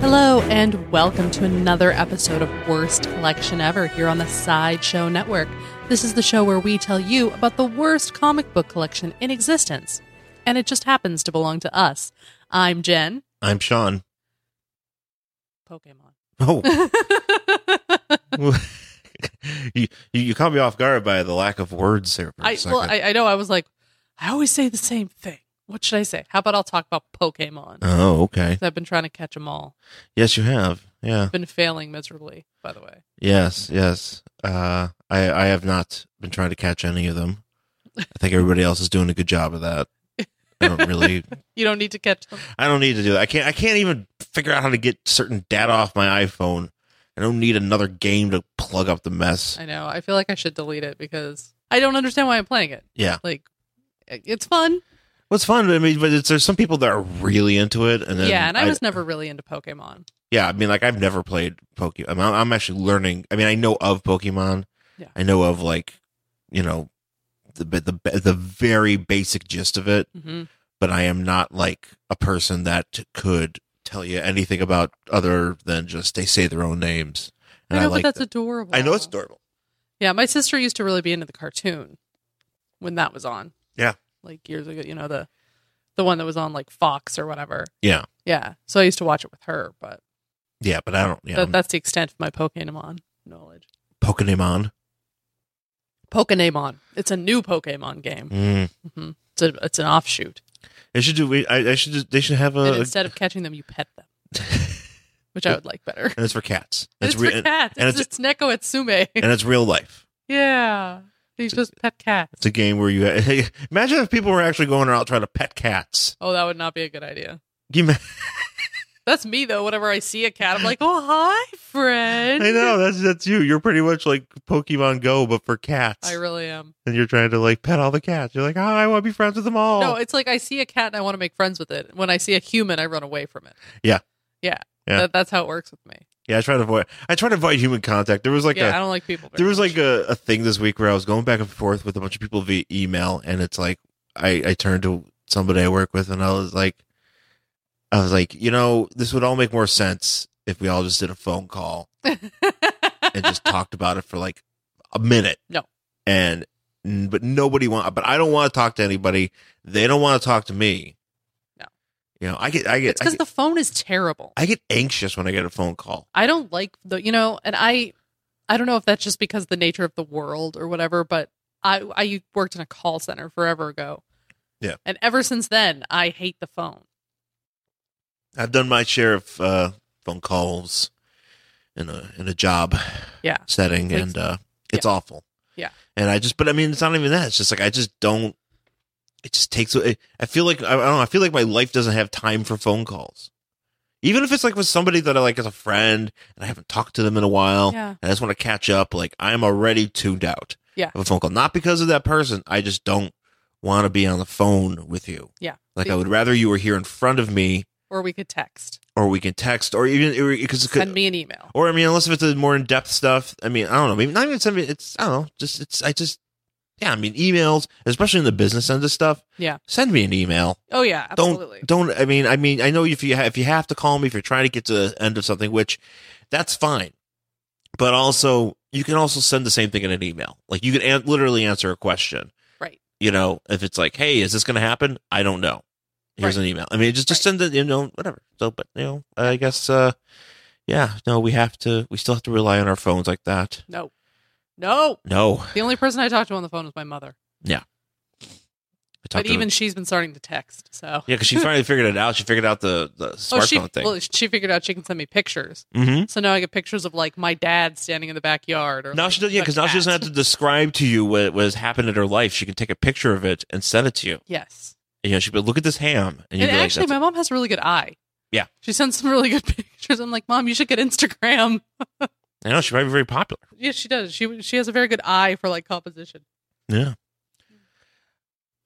Hello, and welcome to another episode of Worst Collection Ever here on the Sideshow Network. This is the show where we tell you about the worst comic book collection in existence, and it just happens to belong to us. I'm Jen. I'm Sean. Pokemon. Oh, you, you you caught me off guard by the lack of words there. For a I, second. well, I, I know I was like, I always say the same thing. What should I say? How about I'll talk about Pokemon? oh, okay. 'Cause I've been trying to catch them all. Yes, you have. Yeah. Been failing miserably, by the way. Yes. Yes. Uh, I I have not been trying to catch any of them. I think everybody else is doing a good job of that. I don't really. You don't need to catch them. I don't need to do that. I can't. I can't even figure out how to get certain data off my iPhone. I don't need another game to plug up the mess. I know. I feel like I should delete it because I don't understand why I'm playing it. Yeah. Like, it- it's fun. What's fun? I mean, but it's, there's some people that are really into it, and then yeah, and I, I- was never really into Pokemon. Yeah, I mean, like I've never played Pokemon. I'm, I'm actually learning. I mean, I know of Pokemon. Yeah. I know of like, you know, the the the- the very basic gist of it, hmm but I am not like a person that could tell you anything about other than just they say their own names. I know, like but that's that. adorable. I know it's adorable. Yeah, my sister used to really be into the cartoon when that was on. Yeah. like years ago. You know the the one that was on like Fox or whatever. Yeah. yeah. So I used to watch it with her, but Yeah, but I don't. Yeah, that, that's the extent of my Pokemon knowledge. Pokemon. Pokemon. It's a new Pokemon game. Mm. It's a, it's an offshoot. They should do. we- I, I should. just- They should have and a. instead of catching them, you pet them, which I would like better. and it's for cats. It's, re- for and, cats. and it's, it's Neko Itsume. and it's real life. yeah, he's just pet cats. It's a game where you imagine if people were actually going out trying to pet cats. Oh, that would not be a good idea. You ma- That's me though. Whenever I see a cat, I'm like, "Oh, hi, friend." I know that's that's you. You're pretty much like Pokemon Go, but for cats. I really am. and you're trying to like pet all the cats. You're like, oh, I want to be friends with them all. No, it's like I see a cat and I want to make friends with it. When I see a human, I run away from it. Yeah. Yeah. Yeah. That, that's how it works with me. yeah, I try to avoid. I try to avoid human contact. There was like yeah, a I I don't like people. very there was much. like a, a thing this week where I was going back and forth with a bunch of people via email, and it's like I, I turned to somebody I work with, and I was like, I was like, you know, this would all make more sense if we all just did a phone call and just talked about it for like a minute. No. and n- but nobody want, but I don't want to talk to anybody. They don't want to talk to me. No. you know, I get, I it's get, I because get, the phone is terrible. I get anxious when I get a phone call. I don't like the you know, and I I don't know if that's just because the nature of the world or whatever, but I I worked in a call center forever ago. Yeah. And ever since then, I hate the phone. I've done my share of uh, phone calls in a in a job Yeah. setting, Like- and uh, it's awful. Yeah. and I just, but I mean, it's not even that. It's just like I just don't. It just takes. It, I feel like I don't know. I feel like my life doesn't have time for phone calls, even if it's like with somebody that I like as a friend and I haven't talked to them in a while. Yeah. And I just want to catch up. Like I'm already tuned out. Yeah. of a phone call, not because of that person. I just don't want to be on the phone with you. Yeah. like I would rather you were here in front of me Or we could text. or we can text, or even because Send me an email. or I mean, unless if it's a more in depth stuff. I mean, I don't know. Maybe not even send me. It's I don't know. Just it's I just yeah. I mean, emails, especially in the business end of stuff. Yeah. send me an email. Oh yeah, absolutely. Don't don't. I mean, I mean, I know if you ha- if you have to call me if you're trying to get to the end of something, which that's fine. But also, you can also send the same thing in an email. Like you can an- literally answer a question. Right. You know, if it's like, hey, is this going to happen? I don't know. Here's Right. an email. I mean, just just Right. send it. You know, whatever. So, but you know, I guess. uh yeah, no, we have to. We still have to rely on our phones like that. No. No. No, The only person I talked to on the phone was my mother. I talked But to- even she's been starting to text. So Oh, yeah, because she finally figured it out. She figured out the the smartphone she thing. well, she figured out she can send me pictures. mm-hmm. So now I get pictures of like my dad standing in the backyard. Or Now like, she does, yeah, the because now she doesn't cat. have to describe to you what, what has happened in her life. She can take a picture of it and send it to you. Yes, And, you know, she'd be like, look at this ham. and And you'd be actually, like, my mom has a really good eye. Yeah. she sends some really good pictures. I'm like, mom, you should get Instagram. "That's- I know, she might be very popular. Yeah, she does. She she has a very good eye for like composition. Yeah.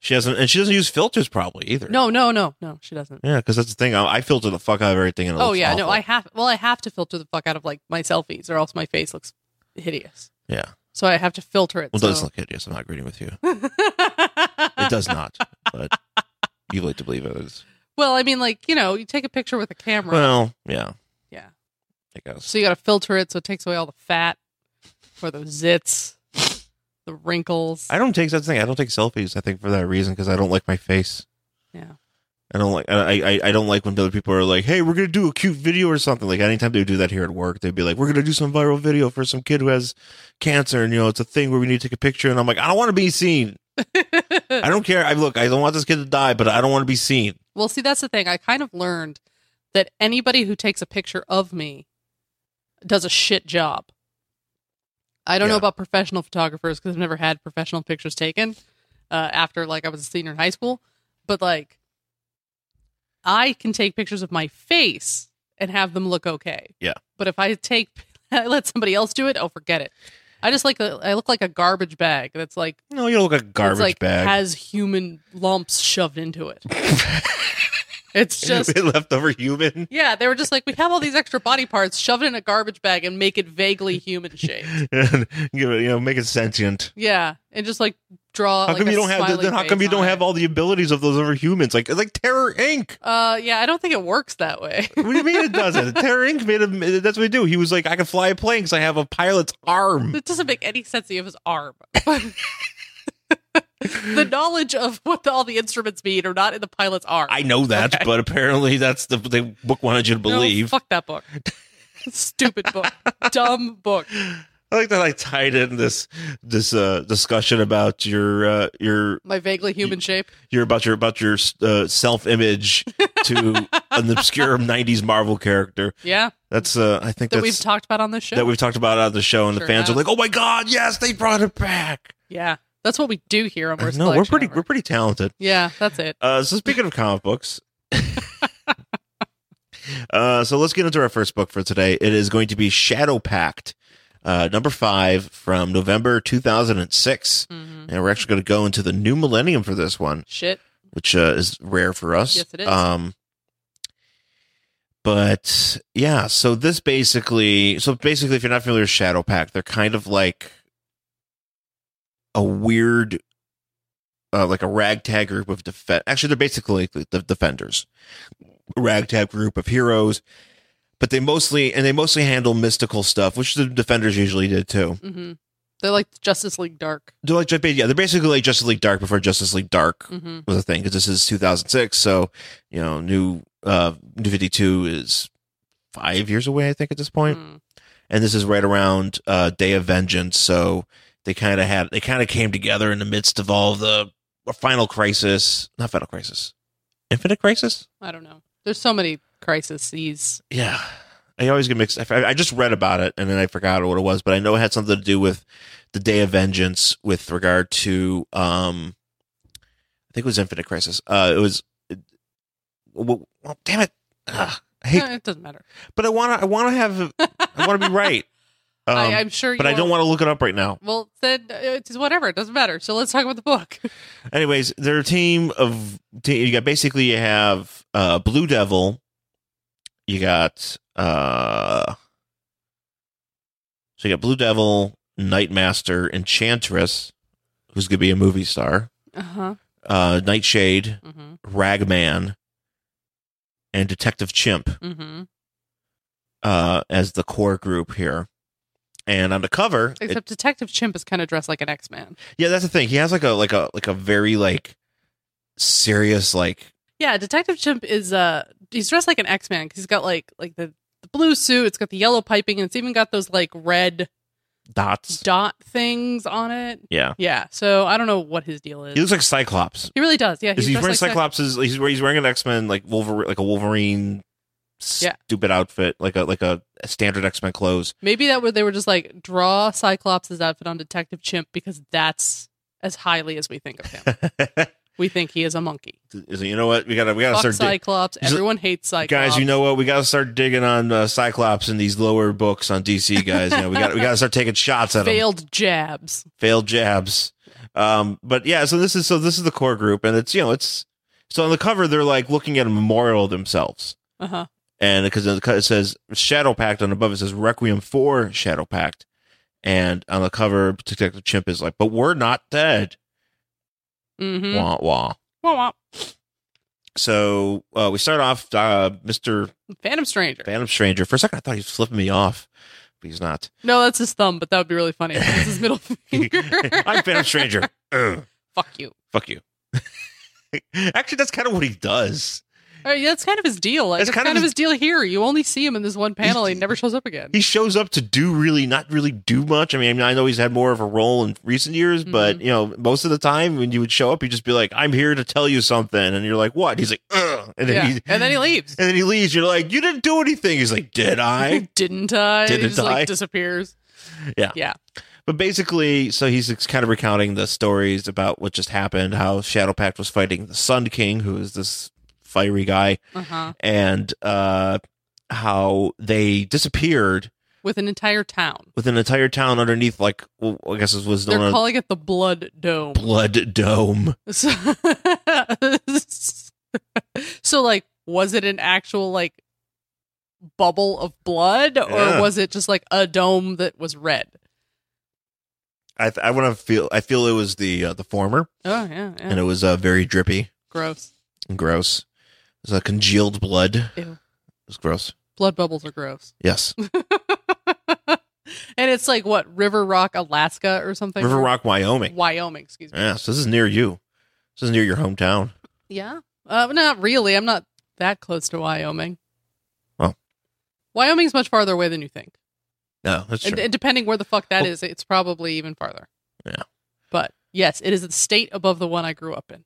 She hasn't, and she doesn't use filters probably either. No, no, no, no, she doesn't. Yeah, because that's the thing. I, I filter the fuck out of everything. And it Oh looks yeah, no, awful. I have. Well, I have to filter the fuck out of like my selfies, or else my face looks hideous. Yeah. So I have to filter it. Well, it so. does look hideous. I'm not agreeing with you. It it does not. but you like to believe it is. Well, I mean, like you know, you take a picture with a camera. Well, yeah. yeah, I guess. So you got to filter it so it takes away all the fat or the zits, the wrinkles. I don't take that's the thing. I don't take selfies. I think for that reason because I don't like my face. Yeah. I don't like. I, I I don't like when other people are like, "Hey, we're gonna do a cute video or something." Like anytime they would do that here at work, they'd be like, "We're gonna do some viral video for some kid who has cancer, and you know it's a thing where we need to take a picture." And I'm like, "I don't want to be seen. I don't care. I look. I don't want this kid to die, but I don't want to be seen." well, see, that's the thing. I kind of learned that anybody who takes a picture of me does a shit job. I don't know Yeah. about professional photographers because I've never had professional pictures taken uh, after like I was a senior in high school. But like, I can take pictures of my face and have them look okay. Yeah. But if I take, I let somebody else do it. Oh, forget it. I just like a, I look like a garbage bag. That's like No, you don't look like a garbage it's like bag. has human lumps shoved into it. it's just leftover human. yeah, they were just like we have all these extra body parts, shove it in a garbage bag and make it vaguely human shaped. and give it, you know, make it sentient. Yeah, and just like draw. How like, come a you don't have? smiley Then how come face you don't on have it. all the abilities of those other humans? Like it's like Terror Inc. Uh, yeah, I don't think it works that way. What do you mean it doesn't? Terror Inc. made him. That's what we do. He was like, I can fly a plane because I have a pilot's arm. it doesn't make any sense that you have his arm. the knowledge of what the, all the instruments mean are not in the pilot's arm. I know that, Okay. but apparently that's the the book wanted you to No, believe. fuck that book. Stupid book. Dumb book. I like that I tied in this this uh, discussion about your uh, your My vaguely human shape. your about your about your uh, self image to an obscure '90s Marvel character. Yeah, That's uh, I think that that's we've talked about on this show. that we've talked about on the show, and Sure the fans have. are like, "Oh my god, yes, they brought it back." yeah, that's what we do here on Worst No, we're Collection pretty Ever. we're pretty talented. yeah, that's it. Uh, so speaking of comic books, uh, so let's get into our first book for today. It is going to be Shadow Pact, uh, number five from November two thousand and six, hmm and we're actually going to go into the new millennium for this one, Shit. which uh, is rare for us. Yes, it is. Um, but yeah, so this basically, so basically, if you're not familiar with Shadow Pact, they're kind of like a weird, uh, like a ragtag group of defense. Actually, they're basically like the defenders, a ragtag group of heroes, but they mostly and they mostly handle mystical stuff, which the defenders usually did too. hmm They're like Justice League Dark. They're like, yeah, they're basically like Justice League Dark before Justice League Dark hmm was a thing because this is 2006 so you know new uh new 52 is five years away i think at this point Mm. and this is right around uh day of vengeance so they kind of had they kind of came together in the midst of all the final crisis not final crisis infinite crisis I don't know. There's so many crises. yeah i always get mixed I, I just read about it and then i forgot what it was but i know it had something to do with the day of vengeance with regard to um i think it was infinite crisis uh it was well, well, damn it Ugh, I hate, Eh, it doesn't matter. but i want to i want to have i want to be right um, I, I'm sure. but i don't want to look it up right now Well, then uh, it's whatever. It doesn't matter. So let's talk about the book. Anyways, they're a team of te- you got basically you have uh Blue Devil, you got uh so you got Blue Devil, Night Master, Enchantress, who's gonna be a movie star, Uh huh. uh Nightshade, hmm Ragman, and Detective Chimp hmm uh as the core group here. And on the cover, it- Except Detective Chimp is kind of dressed like an X Man. yeah, that's the thing. He has like a like a like a very like serious like Yeah, Detective Chimp is uh he's dressed like an X Man because he's got like like the, the blue suit, it's got the yellow piping, and it's even got those like red dots. dot things on it. Yeah. Yeah, so I don't know what his deal is. He looks like Cyclops. He really does. Yeah, Is he dressed wearing like Cyclops. Cyclops's? He's, he's wearing an X Men like Wolverine, like a Wolverine Yeah. stupid outfit, like a like a standard X Men clothes. Maybe that where they were just like draw Cyclops' outfit on Detective Chimp because that's as highly as we think of him. we think he is a monkey. Is it- you know what we gotta we gotta Fuck start dig- Cyclops. Oh, He's a- Everyone hates Cyclops. guys. You know what we gotta start digging on uh, Cyclops in these lower books on DC guys. You know, we got we gotta start taking shots at them. failed jabs. failed jabs. Um, but yeah, so this is so this is the core group, and it's you know it's so on the cover they're like looking at a memorial of themselves. Uh huh. and because it says Shadow Pact on above, it says Requiem for Shadow Pact, and on the cover, Detective Chimp is like, "But we're not dead." Mm-hmm. Wah wah. Womp womp. So uh, we start off uh, Mr. Phantom Stranger. Phantom Stranger. For a second, I thought he was flipping me off, but he's not. no, that's his thumb, but that would be really funny. It's his middle finger. I'm Phantom Stranger. Ugh. Fuck you. fuck you. Actually, that's kind of what he does. All right, yeah, that's kind of his deal. Like, That's that's kind kind, of of his deal here. You only see him in this one panel. He's- and He never shows up again. He shows up to do really, not really do much. I mean, I know he's had more of a role in recent years, Mm-hmm. but you know, most of the time when you would show up, he'd just be like, "I'm here to tell you something," and you're like, "What?" He's like, Ugh. and then yeah. he and then he leaves. and then he leaves. You're like, "You didn't do anything." He's like, "Did I?" didn't I? Didn't he just, I? Like, disappears. But basically, so he's ex- kind of recounting the stories about what just happened, how Shadow Pact was fighting the Sun King, who is this fiery guy, Uh huh. and uh, how they disappeared With an entire town. with an entire town underneath, like well, I guess this was known They're as calling it the Blood Dome. Blood Dome. So, so like was it an actual like bubble of blood or Yeah. was it just like a dome that was red? I th- I want to feel I feel it was the uh, the former, Oh yeah, yeah. and it was uh, very drippy gross. and gross. It was uh, congealed blood. Ew. It was gross. Blood bubbles are gross. Yes, and it's like what River Rock, Alaska or something. River Rock, Wyoming. Wyoming, excuse me. Yeah, so this is near you. This is near your hometown. Yeah. Uh, not really. I'm not that close to Wyoming. Well. Wyoming's much farther away than you think. No, that's true. And, and depending where the fuck that Well- is, it's probably even farther. Yeah. But yes, it is the state above the one I grew up in.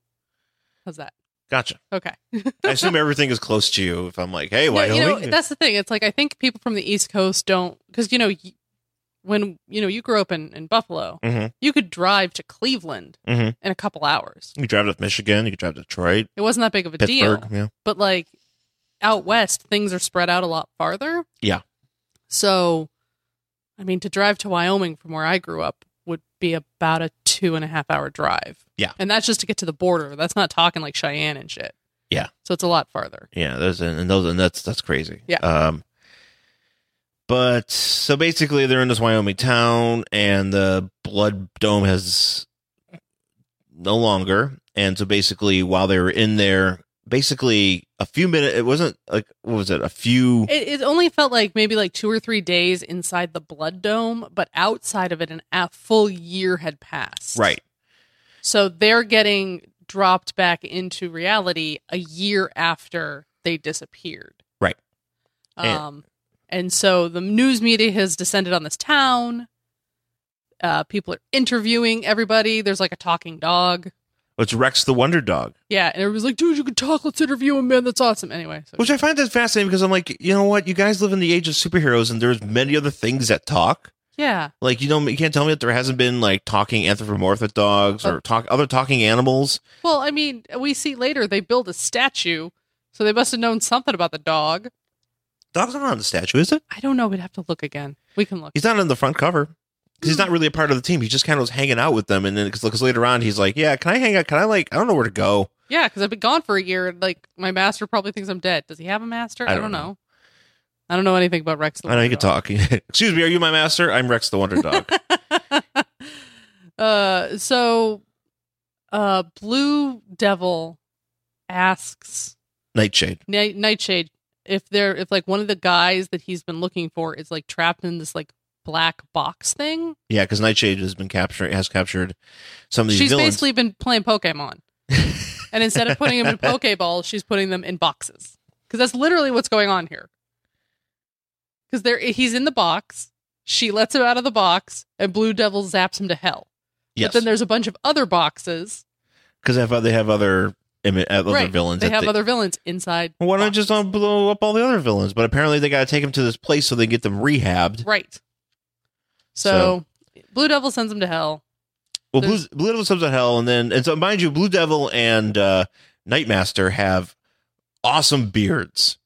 How's that? gotcha. Okay. I assume everything is close to you. If I'm like, hey, No, Wyoming. you know, that's the thing. It's like I think people from the East Coast don't because you know y- when you know you grew up in, in Buffalo, Mhm. you could drive to Cleveland Mhm. in a couple hours. you can drive to Michigan. You can drive to Detroit, It wasn't that big of a Pittsburgh. deal. Yeah, but like out west things are spread out a lot farther Yeah. so i mean to drive to wyoming from where i grew up would be about a two and a half hour drive Yeah. and that's just to get to the border that's not talking like cheyenne and shit Yeah. so it's a lot farther yeah. Those and those and that's that's crazy. Yeah. Um. But so basically, they're in this Wyoming town, and the blood dome has no longer. And so basically, while they were in there, basically a few minutes. It wasn't like what was it? A few. it, it only felt like maybe like two or three days inside the blood dome but outside of it an, a full year had passed right. so they're getting dropped back into reality a year after they disappeared Right. um and so the news media has descended on this town uh people are interviewing everybody there's like a talking dog It's Rex the Wonder Dog. yeah and everybody's like dude you can talk let's interview him man that's awesome anyway so Which I find that fascinating because I'm like, you know what? You guys live in the age of superheroes, and there's many other things that talk. yeah Like, you don't, you can't tell me that there hasn't been like talking anthropomorphic dogs or talk other talking animals. well i mean we see later they build a statue so they must have known something about the dog Dog's not on the statue, is it? i don't know we'd have to look again we can look He's not on the front cover. 'Cause He's not Hmm. really a part of the team. He just kind of was hanging out with them, and then because later on he's like, "Yeah, can I hang out? Can I like? I don't know where to go." Yeah, because I've been gone for a year, and like my master probably thinks I'm dead. Does he have a master? I I don't, don't know. I don't know anything about Rex. The I know you Wonder can talk. Excuse me, are you my master? I'm Rex the Wonder Dog. Dog. uh, so, uh, Blue Devil asks Nightshade. Night- Nightshade if they're if like one of the guys that he's been looking for is like trapped in this like black box thing. Yeah, because Nightshade has been captured. Has captured some of these she's villains. basically been playing Pokemon, and instead of putting them in Pokeballs, she's putting them in boxes because that's literally what's going on here. Because there, he's in the box. She lets him out of the box, and Blue Devil zaps him to hell. yes, But then there's a bunch of other boxes. because they have, they have other imi- uh, other Right. villains. They that have other villains inside. Why don't I just don't blow up all the other villains? But apparently they got to take them to this place so they get them rehabbed. Right. So, Blue Devil sends him to hell. Well, Blue, There's- Blue Devil comes out of hell, and then and so mind you, Blue Devil and uh, Nightmaster have awesome beards.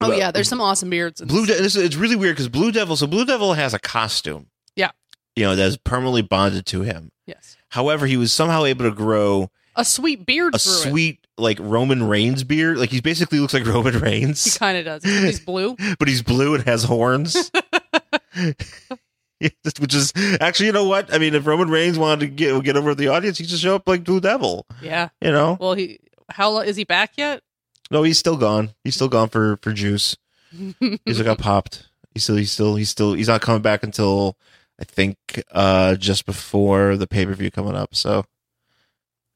Oh Well, yeah, there's some awesome beards. In Blue. this. De- this is, it's really weird because Blue Devil. So Blue Devil has a costume. Yeah. you know that's permanently bonded to him. Yes, However, he was somehow able to grow a sweet beard. a through it. sweet like Roman Reigns beard. Like he basically looks like Roman He Reigns. kind of does. He's blue. but he's blue and has horns. Which is actually, you know what? I mean, if Roman Reigns wanted to get get over the audience, he just show up like Blue Devil, Yeah. you know? Well, he how long is he back yet? No, he's still gone. He's still gone for for juice. He still got Mm-hmm. popped. He's still he's still he's still he's not coming back until I think uh just before the pay per view coming up. So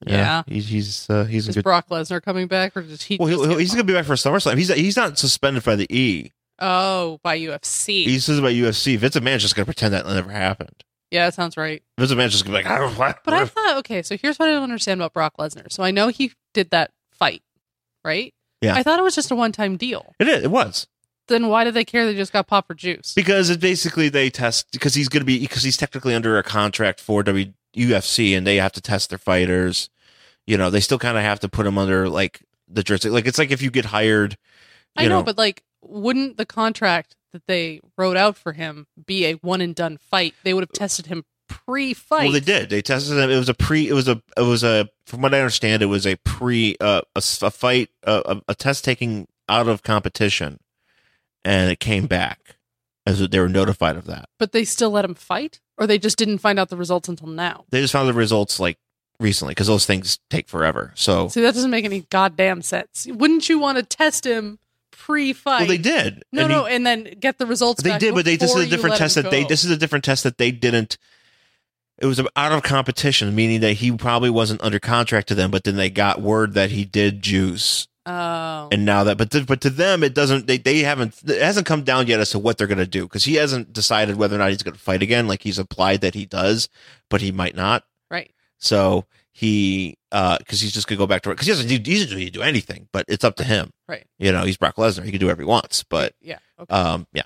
Yeah. he's he's uh, he's a is good. Brock Lesnar coming back, or does he? well, just he'll, get he'll- he's popped? gonna be back for SummerSlam. He's he's not suspended by the E. Oh, by UFC. He says about UFC. Vince McMahon's just gonna pretend that never happened. yeah, that sounds right. Vince McMahon's just gonna be like, I don't But I thought, okay, so here's what I don't understand about Brock Lesnar. So I know he did that fight, right? Yeah. I thought it was just a one time deal. It is. It was Then why did they care? They just got pop for juice. because it basically they test because he's going to be because he's technically under a contract for W UFC and they have to test their fighters. You know, they still kind of have to put him under like the jurisdiction. Like it's like if you get hired, you I know, but like, wouldn't the contract that they wrote out for him be a one and done fight? They would have tested him pre fight. well, they did. They tested him. It was a pre. It was a. It was a. From what I understand, it was a pre. Uh, a, s- a fight. Uh, a, a test taking out of competition, and it came back as they were notified of that. But they still let him fight? Or they just didn't find out the results until now? they just found the results like recently because those things take forever. So See, that doesn't make any goddamn sense. Wouldn't you want to test him pre fight? well, they did. No, And no, he- and then get the results. they back did, but they this before is a you different let test him that they go. this is a different test that they didn't. It was out of competition, meaning that he probably wasn't under contract to them. But then they got word that he did juice, Oh, and now that but to, but to them it doesn't. They they haven't it hasn't come down yet as to what they're going to do because he hasn't decided whether or not he's going to fight again. Like he's implied that he does, but he might not. right. So he, because he's just gonna go back to because he doesn't do, he doesn't really do anything, but it's up to him. Right. You know, he's Brock Lesnar. He can do whatever he wants. But Yeah. Okay. um, yeah.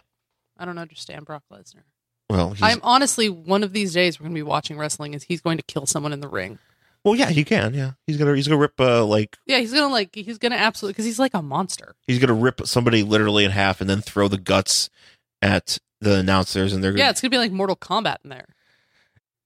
I don't understand Brock Lesnar. Well, he's, I'm honestly one of these days we're going to be watching wrestling is he's going to kill someone in the ring. well, yeah, he can. Yeah, he's gonna he's gonna rip uh, like Yeah, he's going to like he's going to absolutely cuz he's like a monster. he's gonna rip somebody literally in half and then throw the guts at the announcers, and they're Yeah, it's going to be like Mortal Kombat in there.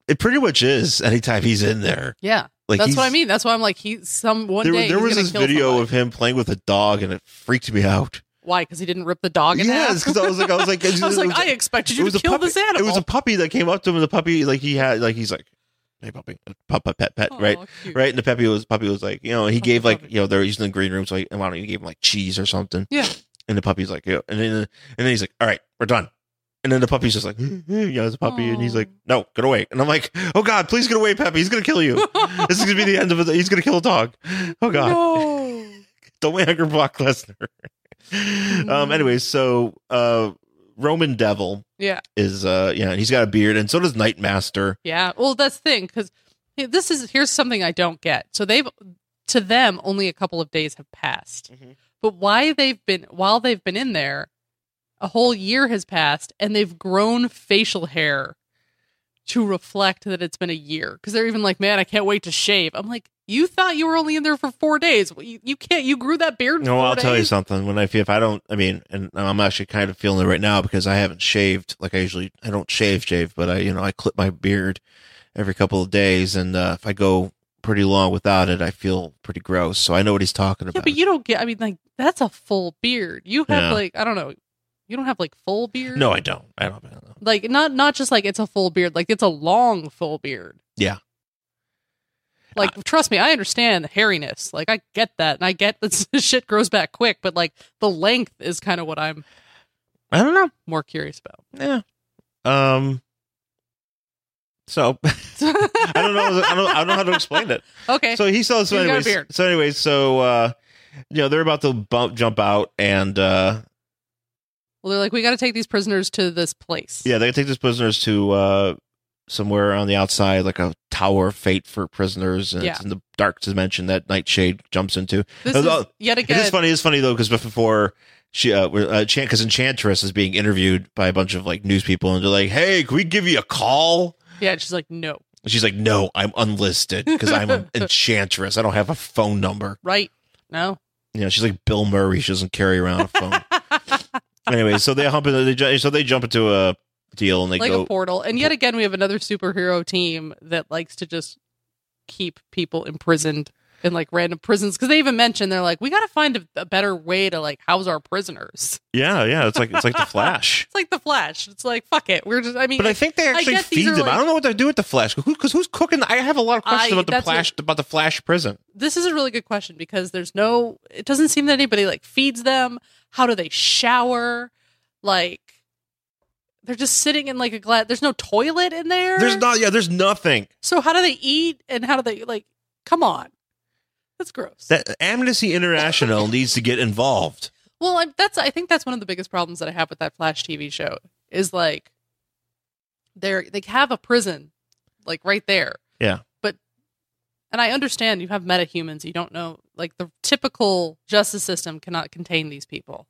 it pretty much is anytime he's in there. Yeah. Like that's what I he's- mean. That's why I'm like he some one There, day there he's was gonna this kill video someone. of him playing with a dog, and it freaked me out. why cuz he didn't rip the dog in Yes, half. because I was like, I was like, it I was like, was- I expected it you was to a kill puppy- this animal. It was a puppy that came up to him, and the puppy like he had like he's like, hey puppy, pet pet pet pet, Aw, right, Oh, cute. right. And the puppy was puppy was like, you know, he Puppy, gave like puppy. you know they're using the green room, so he, and why don't you give him like cheese or something? Yeah. And the puppy's like, yeah, and then and then he's like, all right, we're done. And then the puppy's just like, you know, it's a puppy, and he's Aw. like, no, get away. And I'm like, oh god, please get away, Peppy. He's gonna kill you. this is gonna be the end of it. He's gonna kill a dog. Oh god No. don't we anger Brock Lesnar. um. Anyways, so uh, Roman Devil. Yeah. Is uh yeah, and he's got a beard, and so does Night Master. Yeah. Well, that's the thing because this is here's something I don't get. So they've to them only a couple of days have passed, Mhm. but why they've been while they've been in there, a whole year has passed, and they've grown facial hair to reflect that it's been a year. Because they're even like, man, I can't wait to shave. I'm like, you thought you were only in there for four days. Well, You, you can't. You grew that beard. in No, four I'll tell you days? something. When I if I don't, I mean, and I'm actually kind of feeling it right now because I haven't shaved like I usually. I don't shave, shave, but I you know I clip my beard every couple of days, and uh, if I go pretty long without it, I feel pretty gross. So I know what he's talking Yeah, about. but you don't get. I mean, like that's a full beard. You have Yeah. like I don't know. You don't have like full beard. no, I don't. I don't. I don't know. like not not just like it's a full beard like it's a long full beard Yeah. like trust me i understand the hairiness like i get that and i get that this shit grows back quick but like the length is kind of what i'm I don't know. more curious about Yeah. Um. So I don't know. I don't. I don't know how to explain it. okay So he says. So He's got a anyways. beard. So anyways. So uh, you know they're about to bump, jump out, and uh, well they're like we got to take these prisoners to this place yeah, they take these prisoners to uh, somewhere on the outside, like a tower of fate for prisoners, and Yeah. it's in the dark dimension that Nightshade jumps into. this Oh, is yet It again is funny. It's funny though because before she, uh, because Enchantress is being interviewed by a bunch of like news people, and they're like, "Hey, can we give you a call?" yeah and she's like no And She's like, no, I'm unlisted because I'm an enchantress. I don't have a phone number. right no You know, she's like Bill Murray. She doesn't carry around a phone. anyway, so they hump into they ju- so they jump into a deal and they like go. a portal and yet again we have another superhero team that likes to just keep people imprisoned in like random prisons because they even mentioned they're like, we got to find a, a better way to like house our prisoners. Yeah, yeah. It's like it's like the Flash. It's like the Flash. It's like fuck it. We're just. I mean, But I think they actually get these feed are them. I like- don't know what they do with the flash because who's cooking? I have a lot of questions I- about the that's flash about the flash prison. this is a really good question because there's no. It doesn't seem that anybody like feeds them. How do they shower? Like. They're just sitting in like a glass. There's no toilet in there. There's not. Yeah, there's nothing. So how do they eat and how do they like? Come on, that's gross. That Amnesty International needs to get involved. well, I, that's I think that's one of the biggest problems that I have with that Flash TV show is like they're they have a prison like right there. Yeah. But and I understand you have metahumans. You don't know like the typical justice system cannot contain these people.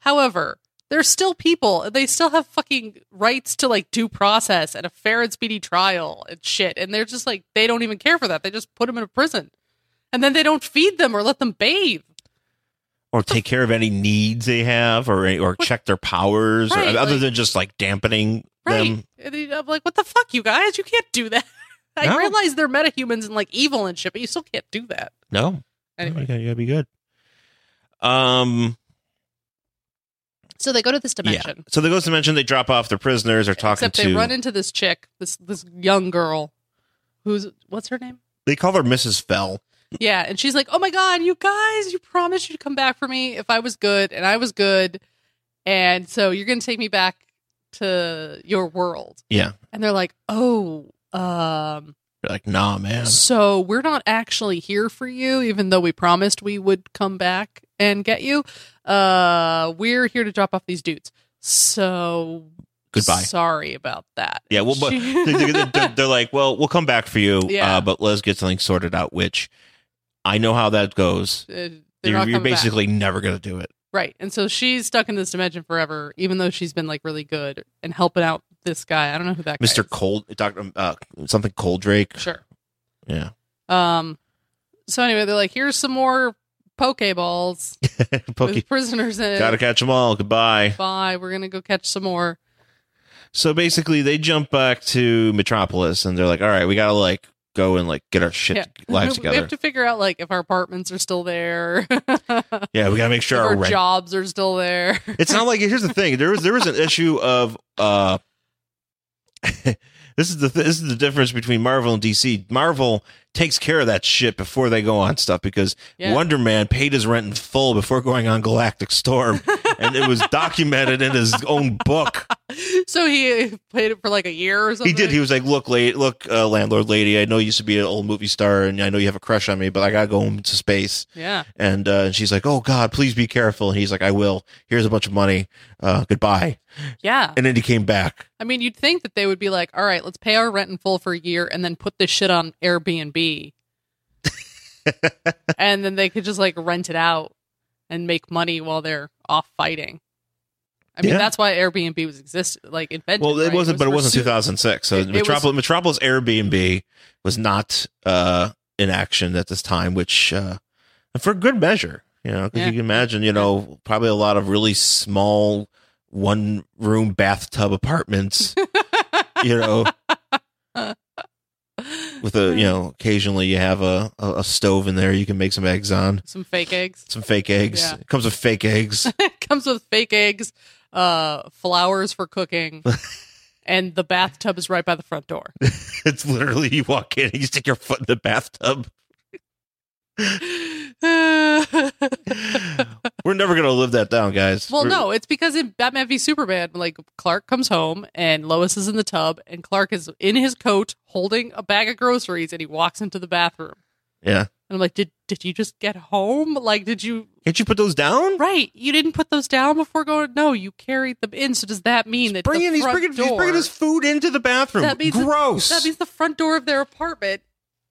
However. They're still people. and They still have fucking rights to like due process and a fair and speedy trial and shit. And they're just like they don't even care for that. They just put them in a prison, and then they don't feed them or let them bathe. Or take care of any needs they have, or or check their powers, Right, or, other like- than just like dampening Right. them. And then I'm like, what the fuck, you guys? You can't do that. I No. realize they're metahumans and like evil and shit, but you still can't do that. No, Anyway, you, gotta, you gotta be good. Um, so they go to this yeah. dimension. So they go to the dimension. They drop off their prisoners. They're talking Except to. they run into this chick, this this young girl, who's what's her name? they call her Mrs. Fell. Yeah, and she's like, "Oh my god, you guys, you promised you'd come back for me if I was good, and I was good, and so you're gonna take me back to your world." Yeah. And they're like, "Oh, um, They're like, nah, man. So we're not actually here for you, even though we promised we would come back and get you. Uh, we're here to drop off these dudes. So Goodbye. Sorry about that. Yeah, well, but She- Uh, they, are like, well, we'll come back for you, Yeah. uh, but let's get something sorted out. Which I know how that goes. Uh, they're You're, not you're coming back. basically never gonna do it. right, and so she's stuck in this dimension forever, even though she's been like really good and helping out this guy. I don't know who that guy Mister is. Cold, Doctor, uh, something Coldrake. Sure. Yeah, Um. So anyway, they're like, here's some more pokeballs Pokey, with prisoners in it. gotta catch them all. Goodbye. Bye. We're gonna go catch some more. So basically, they jump back to Metropolis, and they're like, all right, we gotta like go and like get our shit lives We together. have to figure out like if our apartments are still there, if yeah, we gotta make sure our our rent jobs are still there. It's not like here's the thing. There was there was an issue of uh this is the this is the difference between Marvel and DC. Marvel takes care of that shit before they go on stuff because Yeah. Wonder Man paid his rent in full before going on Galactic Storm, and it was documented in his own book. so he played it for like a year or He something. did. He was like, "Look, lady, look, uh, landlord, lady. I know you used to be an old movie star, and I know you have a crush on me, but I gotta go into space." yeah. And uh, and she's like, "Oh God, please be careful." And he's like, "I will. Here's a bunch of money. Uh, goodbye." Yeah. And then he came back. I mean, you'd think that they would be like, all right, let's pay our rent in full for a year and then put this shit on Airbnb. and then they could just like rent it out and make money while they're off fighting. I mean, Yeah. that's why Airbnb was exist like invented. Well, it right? wasn't, was but it wasn't for- 2006. So It- it was- Metropolis, Metropolis Airbnb was not uh, in action at this time, which uh, for good measure, you know, because Yeah. you can imagine, you know, probably a lot of really small one room bathtub apartments, you know, with a, you know, occasionally you have a, a, a stove in there. You can make some eggs on, some fake eggs. some fake eggs. Yeah. It comes with fake eggs. comes with fake eggs, uh, flowers for cooking, and the bathtub is right by the front door. it's literally you walk in and you stick your foot in the bathtub. We're never going to live that down, guys. well, We're- no, it's because in Batman v Superman, like Clark comes home and Lois is in the tub, and Clark is in his coat holding a bag of groceries, and he walks into the bathroom. Yeah. And I'm like, did did you just get home? Like, did you? Can't you put those down? Right, you didn't put those down before going. No, you carried them in. So does that mean that the bringing he's front bringing he's door- bringing his food into the bathroom. That means- gross. That means the front door of their apartment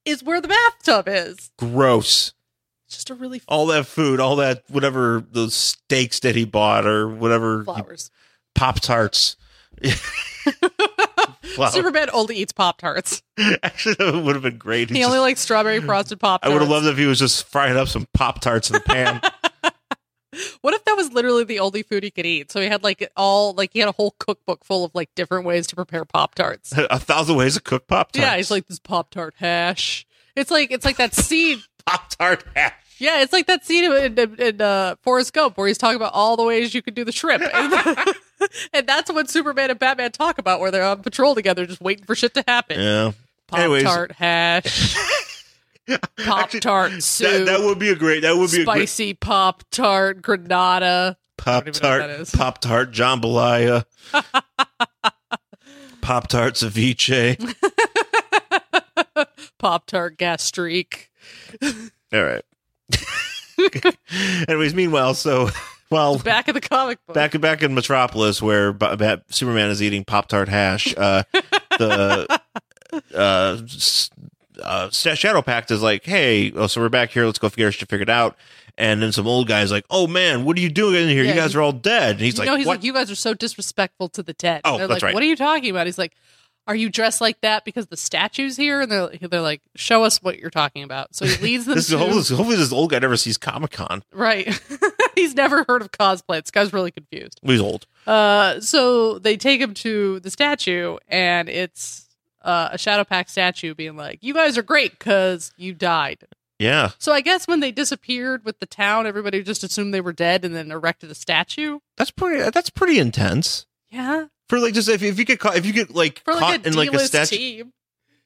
is where the bathtub is. gross. It's just a really f- All that food, all that whatever those steaks that he bought or whatever flowers. pop tarts. Wow. Superman only eats pop tarts. Actually, that would have been great. He's He only just- likes strawberry frosted pop I tarts. would have loved if he was just frying up some pop tarts in the pan. What if that was literally the only food he could eat? So he had like all like he had a whole cookbook full of like different ways to prepare pop tarts. a thousand ways to cook pop tarts. Yeah, he's like this pop tart hash. It's like it's like that scene Pop Tart hash. Yeah, it's like that scene in, in, in uh, Forrest Gump where he's talking about all the ways you can do the shrimp. And, and that's what Superman and Batman talk about, where they're on patrol together just waiting for shit to happen. Yeah. Pop Anyways. tart hash, Pop Actually, tart That, soup, that would be a great. That would be a great spicy Pop tart granada. Pop don't even know what that Tart. is. Pop Tart jambalaya. Pop Tart ceviche. Pop tart gastrique. All right. Anyways, meanwhile, so well, Back of the comic book. back back in Metropolis, where Ba- Bat- Superman is eating Pop Tart hash, uh, the uh, s- uh, Sa- Shadow Pact is like, "Hey, oh, so we're back here. Let's go figure shit figured out." And then some old guy's like, "Oh man, what are you doing in here? Yeah, you guys he- are all dead." And he's you like, know, he's "What?" like, you guys are so disrespectful to the dead. Oh, they're that's like, right. what are you talking about? He's like, are you dressed like that because the statue's here? And they're, they're like, show us what you're talking about. So he leads them this is to- hopefully, hopefully this old guy never sees Comic Con. right. he's never heard of cosplay. This guy's really confused. He's old. Uh, so they take him to the statue, and it's uh, a Shadow Pack statue being like, you guys are great because you died. Yeah, So I guess when they disappeared with the town, everybody just assumed they were dead and then erected a statue. that's pretty. That's pretty intense. Yeah, For like, just if, if you get caught, if you get like for caught like a in like a D-list statue, team.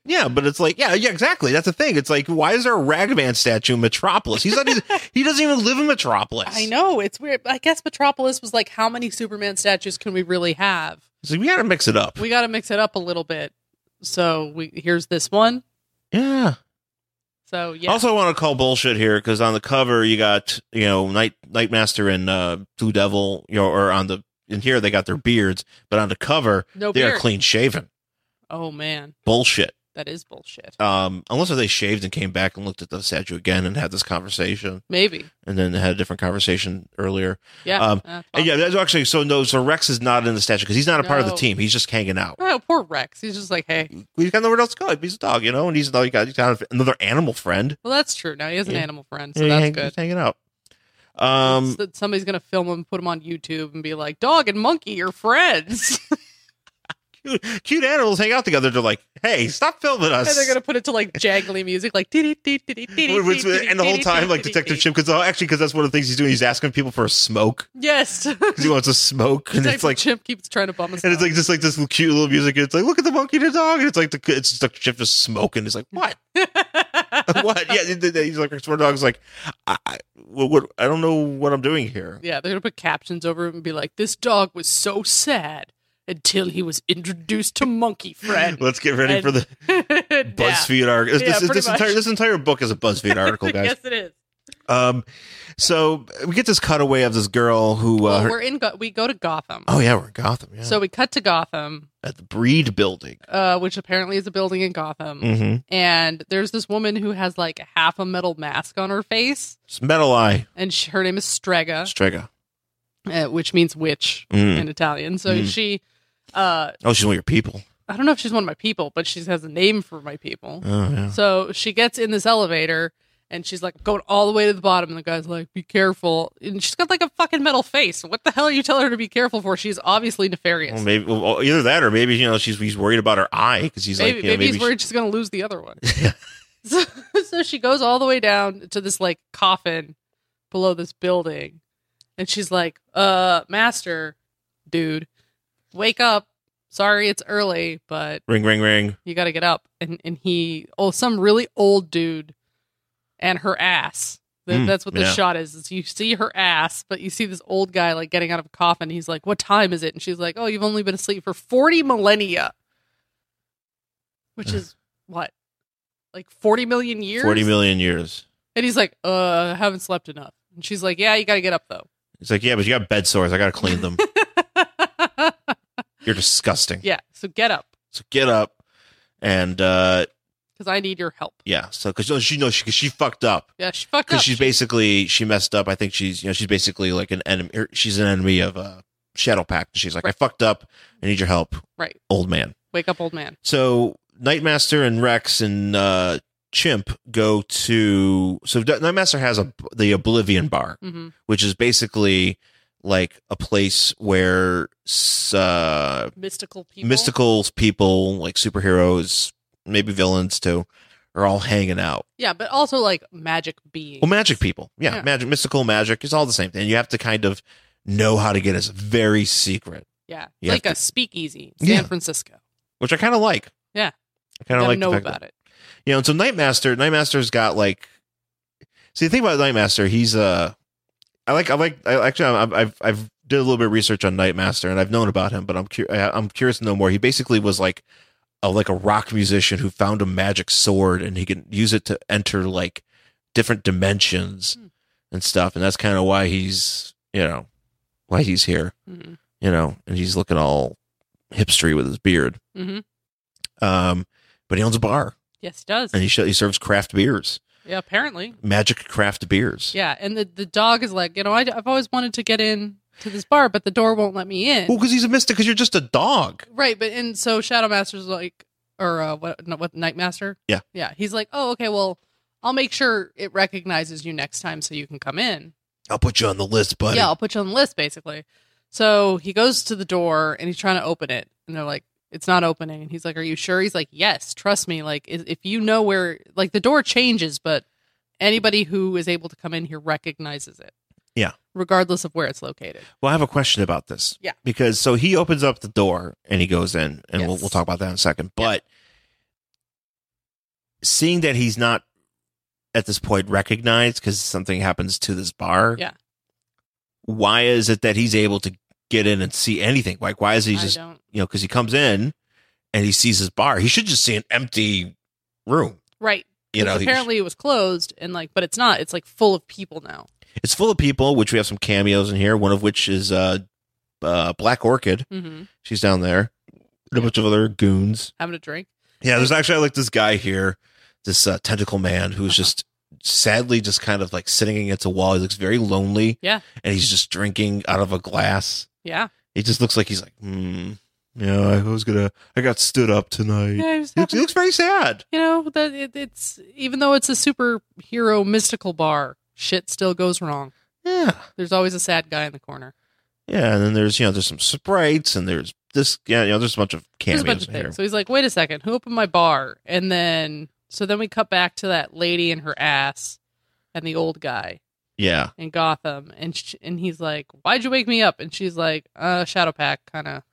Yeah, but it's like, yeah, yeah, exactly. That's the thing. It's like, why is there a Ragman statue in Metropolis? He's not. He's, he doesn't even live in Metropolis. I know it's weird. I guess Metropolis was like, how many Superman statues can we really have? So we got to mix it up. We got to mix it up a little bit. So we here's this one. yeah. So yeah, Also, I want to call bullshit here because on the cover you got you know Night Nightmaster and uh, Blue Devil. You know, or on the in here they got their beards, but on the cover no they beard. are clean shaven. Oh man, Bullshit. that is bullshit. Um, unless they shaved and came back and looked at the statue again and had this conversation, Maybe. and then had a different conversation earlier. Yeah. Um, Uh, And yeah, that's actually so. No, so Rex is not in the statue because he's not a part of the No. team. He's just hanging out. oh, poor Rex. He's just like, hey. He's got nowhere else to go. He's a dog, you know, and he's now he got he's got another animal friend. Well, that's true. Now he has an Yeah. animal friend, so Yeah, that's hang- good. he's hanging out. Um, So somebody's gonna film him, put him on YouTube, and be like, "Dog and monkey are friends," cute, cute animals hang out together. They're like, hey, stop filming and us. they're gonna put it to like jangly music, like dee dee dee dee dee Which- which- and the whole time, like Detective Chip, because actually, because that's one of the things he's doing. He's asking people for a smoke Yes, because he wants a smoke, and it's Detective like, Chimp keeps trying to bum us. and it's out. like just like this little cute little music. And it's like, look at the monkey and the dog, and it's like the it's Detective Chip just smoking. It's like, what? what? Yeah, th- th- he's like, Smart Dog's like, I, I, what, what, I don't know what I'm doing here. yeah, they're gonna put captions over him and be like, "This dog was so sad until he was introduced to monkey friend." Let's get ready And- for the BuzzFeed, BuzzFeed article. Yeah, This, this, pretty this entire much. this entire book is a BuzzFeed article, guys. yes, it is. Um, so we get this cutaway of this girl who. Uh, Well, her- we're in. Go- we go to Gotham, oh yeah, we're in Gotham. Yeah. so we cut to Gotham, at the Breed Building. uh, which apparently is a building in Gotham. Mm-hmm. and there's this woman who has like half a metal mask on her face, It's Metal Eye and sh her name is Strega, Strega. uh, which means witch Mm. in Italian. So Mm. she, uh, Oh, she's one of your people. I don't know if she's one of my people, but she has a name for my people. Oh yeah. So she gets in this elevator. And she's like going all the way to the bottom, and the guy's like, "Be careful!" And she's got like a fucking metal face. What the hell are you telling her to be careful for? She's obviously nefarious. Well, maybe well, either that or maybe you know she's he's worried about her eye because he's maybe, like you know, maybe he's maybe worried she's gonna lose the other one. so, so she goes all the way down to this like coffin below this building, and she's like, "Uh, master, dude, wake up! Sorry, it's early, but ring ring ring. you got to get up." And and he, oh, some really old dude, and her ass. Th- Hmm, That's what the yeah. shot is. Is you see her ass, but you see this old guy like getting out of a coffin. He's like, "What time is it?" And she's like, "Oh, you've only been asleep for forty millennia," which is what, like forty million years. Forty million years. And he's like, "Uh, I haven't slept enough." And she's like, "Yeah, you got to get up though." It's like yeah, but you got bed sores. I gotta clean them. You're disgusting. yeah, so get up So get up and uh because I need your help. yeah. So because she knows she 'cause she fucked up. Yeah, she fucked up. because she's basically she messed up. I think she's you know she's basically like an enemy. er, She's an enemy of uh, Shadow Pact. She's like, I fucked up. I need your help, Right. old man. Wake up, old man. So Nightmaster and Rex and uh, Chimp go to. So D- Nightmaster has a the Oblivion Bar, hmm which is basically like a place where s- uh, Mystical people. mystical people like superheroes, maybe villains too, are all hanging out. Yeah, but also like magic beings. Well, magic people. Yeah, Yeah. magic, mystical magic. It's all the same thing. You have to kind of know how to get us very secret, Yeah, it's You have like a speakeasy, in Yeah. San Francisco. which I kind of like. Yeah. I kind of Gotta like the know fact that- about it. You know, and so Nightmaster, Nightmaster's got like. See, the thing about Nightmaster, he's uh, I like, I like, I actually, I've, I've, I've did a little bit of research on Nightmaster, and I've known about him, but I'm, cu- I- I'm curious to know more. He basically was like, a like a rock musician who found a magic sword, and he can use it to enter like different dimensions Hmm. and stuff, and that's kind of why he's, you know, why he's here, Mhm. you know, and he's looking all hipstery with his beard. Mhm. Um, but he owns a bar Yes, it does. and he, sh- he serves craft beers, yeah, apparently. magic craft beers. Yeah, and the, the dog is like, you know, I, have always wanted to get in to this bar, but the door won't let me in. Well, because he's a mystic, because you're just a dog. Right, but and so Shadowmaster's like, or uh, what? No, what Nightmaster? Yeah. yeah. He's like, oh, okay, well, I'll make sure it recognizes you next time, so you can come in. I'll put you on the list, buddy. Yeah, I'll put you on the list, basically. So he goes to the door and he's trying to open it, and they're like, it's not opening. And he's like, are you sure? He's like, yes, trust me. Like, i- if you know where, like, the door changes, but anybody who is able to come in here recognizes it. Yeah. regardless of where it's located. Well, I have a question about this. Yeah. Because so he opens up the door and he goes in, and we'll, Yes. we'll talk about that in a second. But seeing that he's not at this point recognized because something happens to this bar. Yeah. Why is it that he's able to get in and see anything? Like, why is he I just, don't. you know, because he comes in and he sees his bar. He should just see an empty room. Right. You know, Because he- apparently it was closed and like, but it's not. It's like full of people now. It's full of people, which we have some cameos in here. One of which is uh, uh Black Orchid. Mm-hmm. She's down there. And a bunch of other goons. Having a drink. Yeah, there's actually like this guy here, this uh, tentacle man who's Uh-huh. just sadly just kind of like sitting against a wall. He looks very lonely. Yeah. and he's just drinking out of a glass. Yeah. He just looks like he's like, hmm. Yeah, I was gonna. I got stood up tonight. Yeah. Just He looks, he having, looks very sad. you know that it, it's even though it's a superhero mystical bar, shit still goes wrong. Yeah. There's always a sad guy in the corner. Yeah, and then there's you know there's some sprites and there's this yeah you know there's a bunch of There's cameos a bunch of in here. things. So he's like, wait a second, who opened my bar? And then so then we cut back to that lady and her ass and the old guy Yeah, in Gotham and sh- and he's like, why'd you wake me up? And she's like, uh, Shadow Pack kind of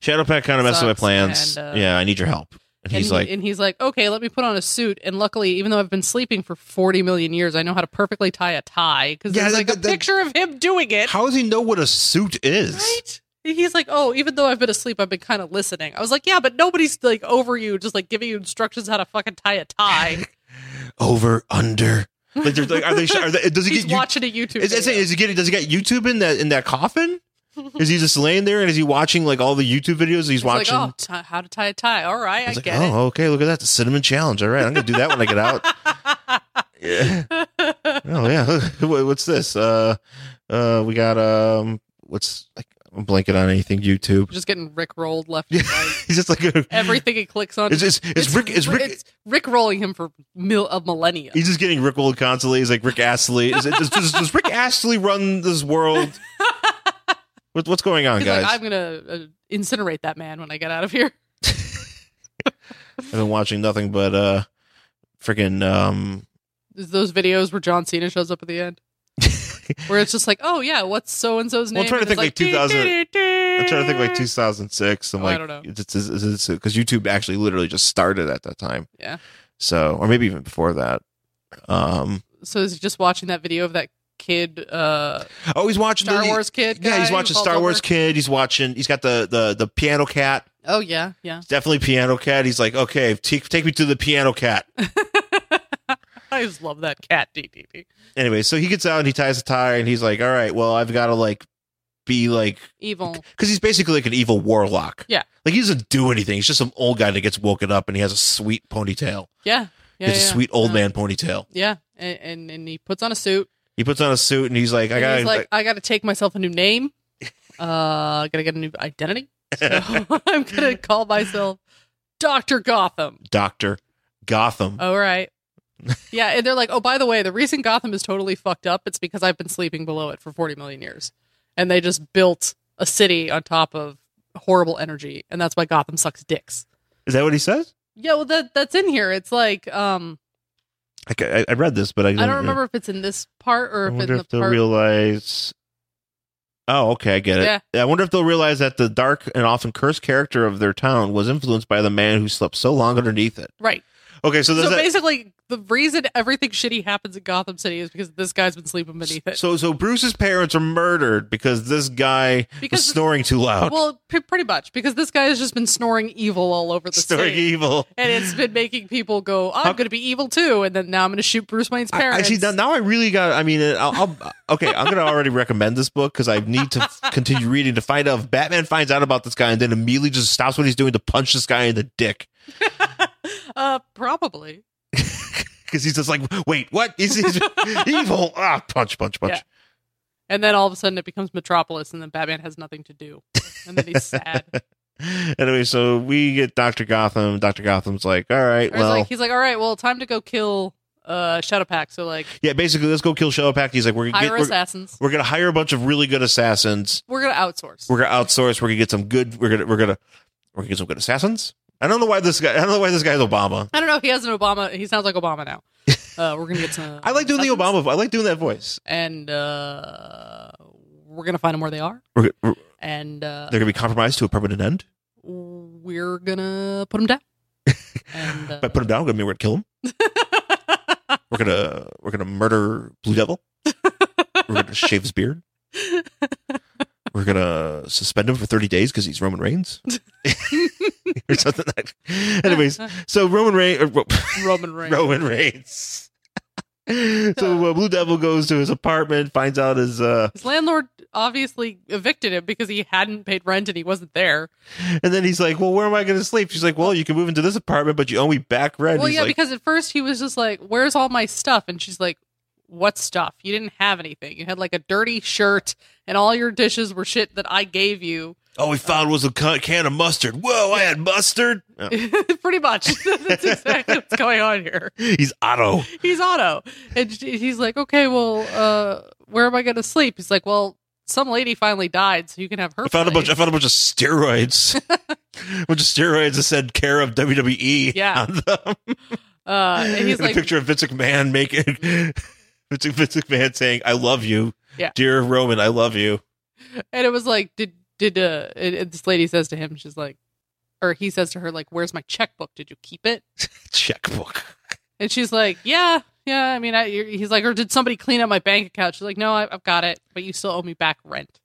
Shadowpack kind of messed up my Sucks, plans. and, uh, yeah, I need your help. And he's and like, he, and he's like, okay, let me put on a suit. And luckily, even though I've been sleeping for forty million years, I know how to perfectly tie a tie because Yeah, there's that- like a that- that- picture of him doing it. how does he know what a suit is? right? He's like, oh, even though I've been asleep, I've been kind of listening. I was like, yeah, but nobody's like over you, just like giving you instructions how to fucking tie a tie. Over under. Like, they're, like are they? Are they does he He's get? You, watching a YouTube. is, is, video. is he getting? Does he get YouTube in that in that coffin? Is he just laying there and is he watching like all the YouTube videos he's He's watching? like, oh, ti- how to tie a tie. All right, I He's like, get oh, okay, look at that, the cinnamon challenge. All right, I'm gonna do that when I get out. "Oh." Yeah. it. Oh yeah, What- what's this? Uh, uh, we got um, what's like I'm blanking on anything YouTube. just getting rick rolled left Yeah. and right. He's just like a, Everything he clicks on It's, it's, it's, Rick. It's Rick. It's Rick rolling him for mil- a millennia. He's just getting Rickrolled constantly. He's like Rick Astley. Is it, does, does, does Rick Astley run this world? What, what's going on, He's guys? like, I'm gonna uh, incinerate that man when I get out of here. I've been watching nothing but uh, freaking um, Is Those videos where John Cena shows up at the end, where it's just like, oh yeah, what's so and so's name? Well, I'm trying to And think it's like 2000 "Dee-dee-dee-dee." I'm trying to think like 2006. I'm Oh, I like, don't know. because YouTube actually literally just started at that time. Yeah. So, or maybe even before that. Um. So is he just watching that video of that kid, uh, Oh, he's watching Star the, Wars kid? Yeah, guy he's who watching falls Star Wars over? Kid. He's watching. He's got the the the piano cat. Oh yeah, yeah. Definitely piano cat. He's like, okay, take take me to the piano cat. I just love that cat. DDD. anyway, so he gets out and he ties a tie and he's like, "All right, well, I've got to like be like Evil. because he's basically like an evil warlock. Oh. Yeah. like he doesn't do anything. He's just some old guy that gets woken up and he has a sweet ponytail. Yeah. He Yeah. has yeah, a sweet old yeah. man ponytail. Yeah, and, and and he puts on a suit. He puts on a suit and he's like, "I And got he's like, I gotta take myself a new name. Uh, I gotta get a new identity. So I'm gonna call myself Doctor Gotham. Doctor Gotham." All Oh, right. Yeah, and they're like, oh, by the way, the reason Gotham is totally fucked up, it's because I've been sleeping below it for 40 million years, and they just built a city on top of horrible energy, and that's why Gotham sucks dicks. Is that what he says? Yeah, well, that that's in here. It's like, um, I, ca- I, I read this, but I, I don't remember if it's in this part or I if it's wonder in if the they'll part. realize. Oh, okay, I get it. Yeah. I wonder if they'll realize that the dark and often cursed character of their town was influenced by the man who slept so long underneath it. right. Okay, so So there's that- basically, the reason everything shitty happens in Gotham City is because this guy's been sleeping beneath it. so so Bruce's parents are murdered because this guy Because- was snoring too loud. well, p- pretty much because this guy has just been snoring evil all over the snoring city, evil. and it's been making people go, "Oh, "I'm How- going to be evil too," and then now I'm going to shoot Bruce Wayne's I- parents. Actually, now, now I really got. I mean, uh, I'll, I'll okay. I'm gonna already recommend this book because I need to continue reading to find out if Batman finds out about this guy and then immediately just stops what he's doing to punch this guy in the dick uh, probably. because he's just like, wait, what? He's, he's evil. Ah, punch, punch, punch. Yeah. And then all of a sudden, it becomes Metropolis, and then Batman has nothing to do, and then he's sad. Anyway, so we get Doctor Gotham. Doctor Gotham's like, all right, Or he's well, like, he's like, "All right, well, time to go kill uh, Shadow Pack." So like, yeah. Basically, let's go kill Shadow Pact. He's like, we're gonna get, hire we're, assassins. we're gonna hire a bunch of really good assassins. We're gonna outsource. We're gonna outsource. We're gonna get some good. We're gonna we're gonna we're gonna get some good assassins. I don't know why this guy. I don't know why this guy's Obama. I don't know. He has an Obama. He sounds like Obama now. Uh, we're gonna get some. I like doing the assassins, Obama. I like doing that voice. And uh, we're gonna find them where they are, We're, go- we're, and uh, they're gonna be compromised to a permanent end. we're gonna put them down. And uh, If I put him down, I'm gonna we're gonna kill him. We're gonna we're gonna murder Blue Devil. We're gonna shave his beard. We're gonna suspend him for 30 days because he's Roman Reigns or something. Like Anyways, so Roman Reigns. Or, Roman Reigns. Roman Reigns. so uh, Blue Devil goes to his apartment, finds out his uh, His landlord obviously evicted him because he hadn't paid rent and he wasn't there. And then he's like, "Well, where am I going to sleep?" She's like, "Well, you can move into this apartment, but you owe me back rent." well, he's yeah, like, because at first he was just like, "Where's all my stuff?" And she's like, "What stuff? You didn't have anything. You had like a dirty shirt, and all your dishes were shit that I gave you." "All we found was a ca- can of mustard." Whoa, I had mustard. Oh. Pretty much, that's exactly what's going on here. He's Otto. He's Otto, and she- he's like, "Okay, well, uh, where am I going to sleep?" He's like, "Well, some lady finally died, so you can have her." I found a bunch. I place." found a bunch of steroids. a bunch of steroids that said "care of WWE." Yeah. on them. uh, and he's And like, a picture of Vince McMahon making Vince, Vince McMahon saying, "I love you, Yeah. dear Roman. I love you." and it was like, "Did did uh?" And, and this lady says to him, "She's like." Or he says to her, like, "Where's my checkbook? Did you keep it?" Checkbook. And she's like, "Yeah, yeah. I mean, I, you're- he's like, or did somebody clean up my bank account?" She's like, "No, I, I've got it, but you still owe me back rent."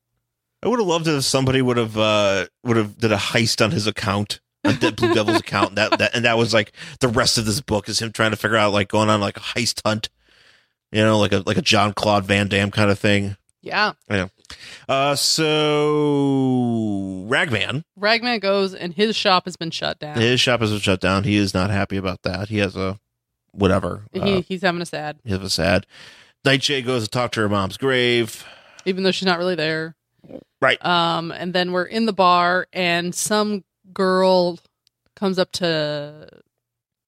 I would have loved it if somebody would have uh, would have did a heist on his account, on the Blue Devil's account. And that, that and that was like the rest of this book is him trying to figure out like going on like a heist hunt, you know, like a like a John Claude Van Damme kind of thing. Yeah. Uh, so Ragman, Ragman goes, and his shop has been shut down. his shop has been shut down. He is not happy about that. He has a whatever. Uh, he, he's having a sad, he has a sad. Nightshade goes to talk to her mom's grave. even though she's not really there. Right. Um, and then we're in the bar, and some girl comes up to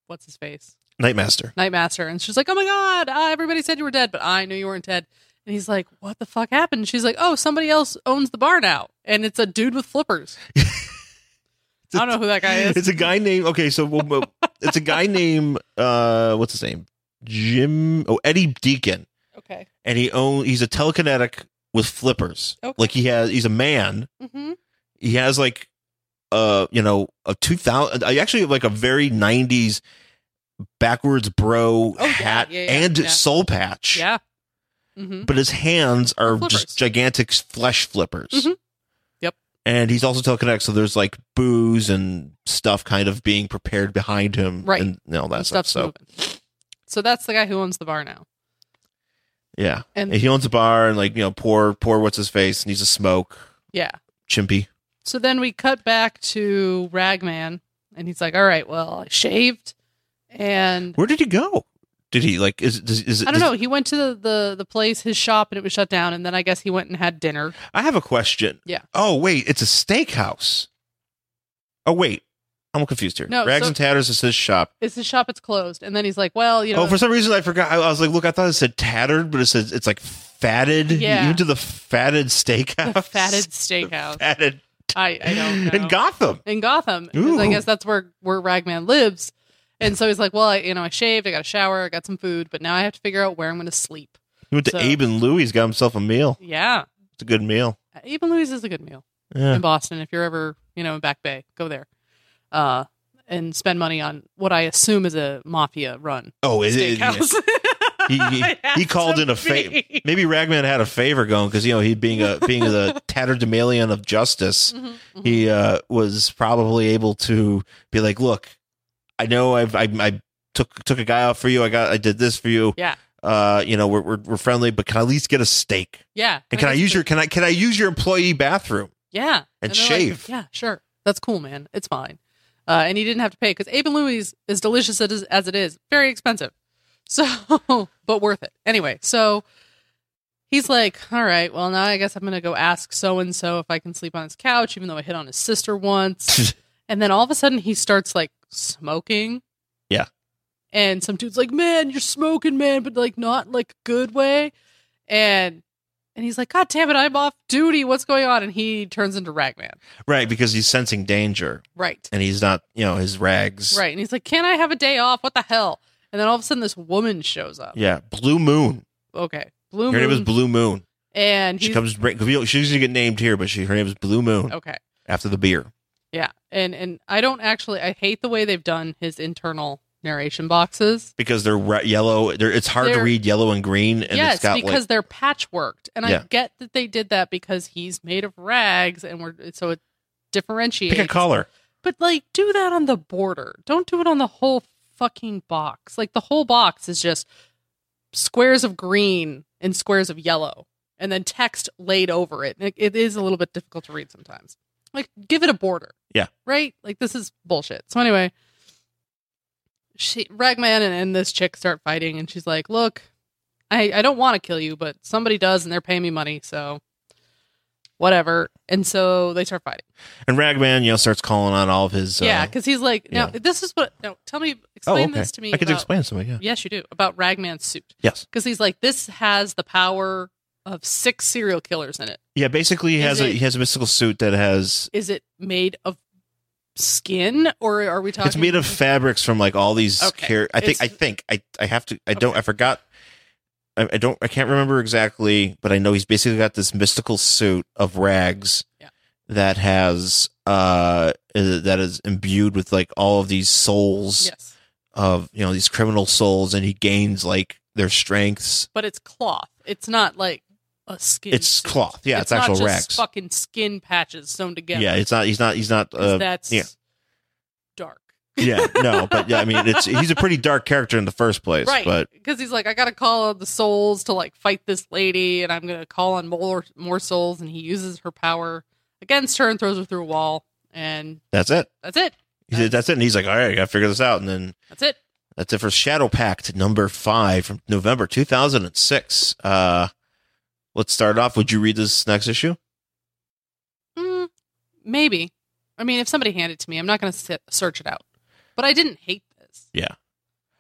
what's his face, Nightmaster. Nightmaster, and she's like, "Oh my god, uh, everybody said you were dead, but I knew you weren't dead." And he's like, "What the fuck happened?" she's like, "Oh, somebody else owns the bar now, and it's a dude with flippers." I don't know who that guy is. It's a guy named okay, so we'll, we'll- it's a guy named uh what's his name? Jim oh Eddie Deacon. Okay. And he own he's a telekinetic with flippers. Okay. Like he has he's a man. Mm-hmm. He has like uh you know a two thousand actually have, like a very nineties backwards bro Oh, yeah, hat yeah, yeah, and yeah. soul patch. Yeah. Mm-hmm. But his hands are Flippers. just gigantic flesh flippers. Mhm. Yep. And he's also telekinetic, so there's like booze and stuff kind of being prepared behind him, Right. And, and all that stuff. Stuff's So moving. So that's the guy who owns the bar now. yeah, And- he owns a bar and like you know, poor poor what's his face needs a smoke, Yeah. chimpy. So then we cut back to Ragman, and he's like, "All right, well, I shaved, and Where did he go? Did he like is does, is I don't does- know. He went to the, the the place, his shop, and it was shut down. And then I guess he went and had dinner. I have a question. Yeah. Oh wait, it's a steakhouse. Oh wait, I'm confused here. No, Rags so- and Tatters is his shop. It's his shop; it's closed. And then he's like, "Well, you know, oh, for some reason I forgot. I, I was like, look, I thought it said tattered, but it says it's like fatted. Yeah. You went to the fatted steakhouse. the fatted steakhouse. Fatted. I I don't know." In Gotham. in Gotham. 'cause I Ooh. guess that's where where Ragman lives. And so he's like, well, I, you know, I shaved, I got a shower, I got some food, but now I have to figure out where I'm going to sleep. He went to So- Abe and Louie's, got himself a meal. Yeah. It's a good meal. Uh, Even Louise is a good meal Yeah. in Boston. If you're ever, you know, in Back Bay, go there. Uh, and spend money on what I assume is a mafia run. Oh, it is. Steakhouse. He- he- It has he called to in a fa- be. Mm-hmm, Maybe Ragman had a favor going because you know he being a being the tatterdemalion of justice. Mhm, mhm. he uh, was probably able to be like, "Look, I know I've I, I took took a guy off for you. I got I did this for you. Yeah. uh, you know we're, we're we're friendly, but can I at least get a steak? Yeah. And can I guess use the- your can I can I use your employee bathroom? Yeah. and they're Like, shave. yeah, sure. That's cool, man. It's fine. Uh, and he didn't have to pay because Abe and Louis, as delicious as, as it is, very expensive. So, but worth it. Anyway, so he's like, all right, well, now I guess I'm going to go ask so and so if I can sleep on his couch, even though I hit on his sister once. and then all of a sudden he starts like smoking. Yeah. And some dude's like, man, you're smoking, man, but like not like a good way. And and he's like, God damn it, I'm off duty. What's going on? And he turns into Ragman. Right, because he's sensing danger Right. and he's not you know his rags. Right. And he's like, Can I have a day off? What the hell? And then all of a sudden this woman shows up. Yeah, Blue Moon. Okay. Blue her name is Moon. Blue Moon. and She he's comes. She's gonna get named here, but she her name is Blue Moon Okay. after the beer. Yeah. And and I don't actually I hate the way they've done his internal narration boxes. because they're re- yellow. They're, it's hard to They're- read yellow and green, and yes, it's got because like they're patchworked. And Yeah. I get that they did that because he's made of rags and we're so it differentiates. pick a color. But like, do that on the border. Don't do it on the whole fucking box. Like the whole box is just squares of green and squares of yellow, and then text laid over it. It, it is a little bit difficult to read sometimes. Like, give it a border. Yeah. Right. Like this is bullshit. So anyway, she Ragman and, and this chick start fighting, and she's like, "Look, I I don't want to kill you, but somebody does, and they're paying me money, so." Whatever, and so they start fighting. And Ragman, you know, starts calling on all of his. Yeah, uh, because he's like, now this is what. Now tell me, explain this to me. Oh, I could about- explain something. Yeah. Yes, you do about Ragman's suit Yes. because he's like, this has the power of six serial killers in it. Yeah. Basically, he Is has a it- he has a mystical suit that has. Is it made of skin or are we talking? It's made of fabrics from like all these. Okay. char- I think. It's- I think. I. I have to. I don't. Okay. I forgot. I, I don't. I can't remember exactly, but I know he's basically got this mystical suit of rags. Yeah. That has uh is- that is imbued with like all of these souls Yes, of you know these criminal souls and he gains like their strengths but it's cloth. It's not like a skin. it's suit. cloth yeah it's, not actual just rags Fucking skin patches sewn together. yeah it's not he's not he's not 'Cause uh, that's yeah. dark. yeah no but yeah i mean it's he's a pretty dark character in the first place right but because he's like i gotta call on the souls to like fight this lady and i'm gonna call on more more souls and he uses her power against her and throws her through a wall and that's it that's it he said, that's it and he's like all right i gotta figure this out and then that's it that's it for shadow pact number five from november 2006 uh let's start off would you read this next issue mm, maybe i mean if somebody handed it to me i'm not gonna sit, search it out but i didn't hate this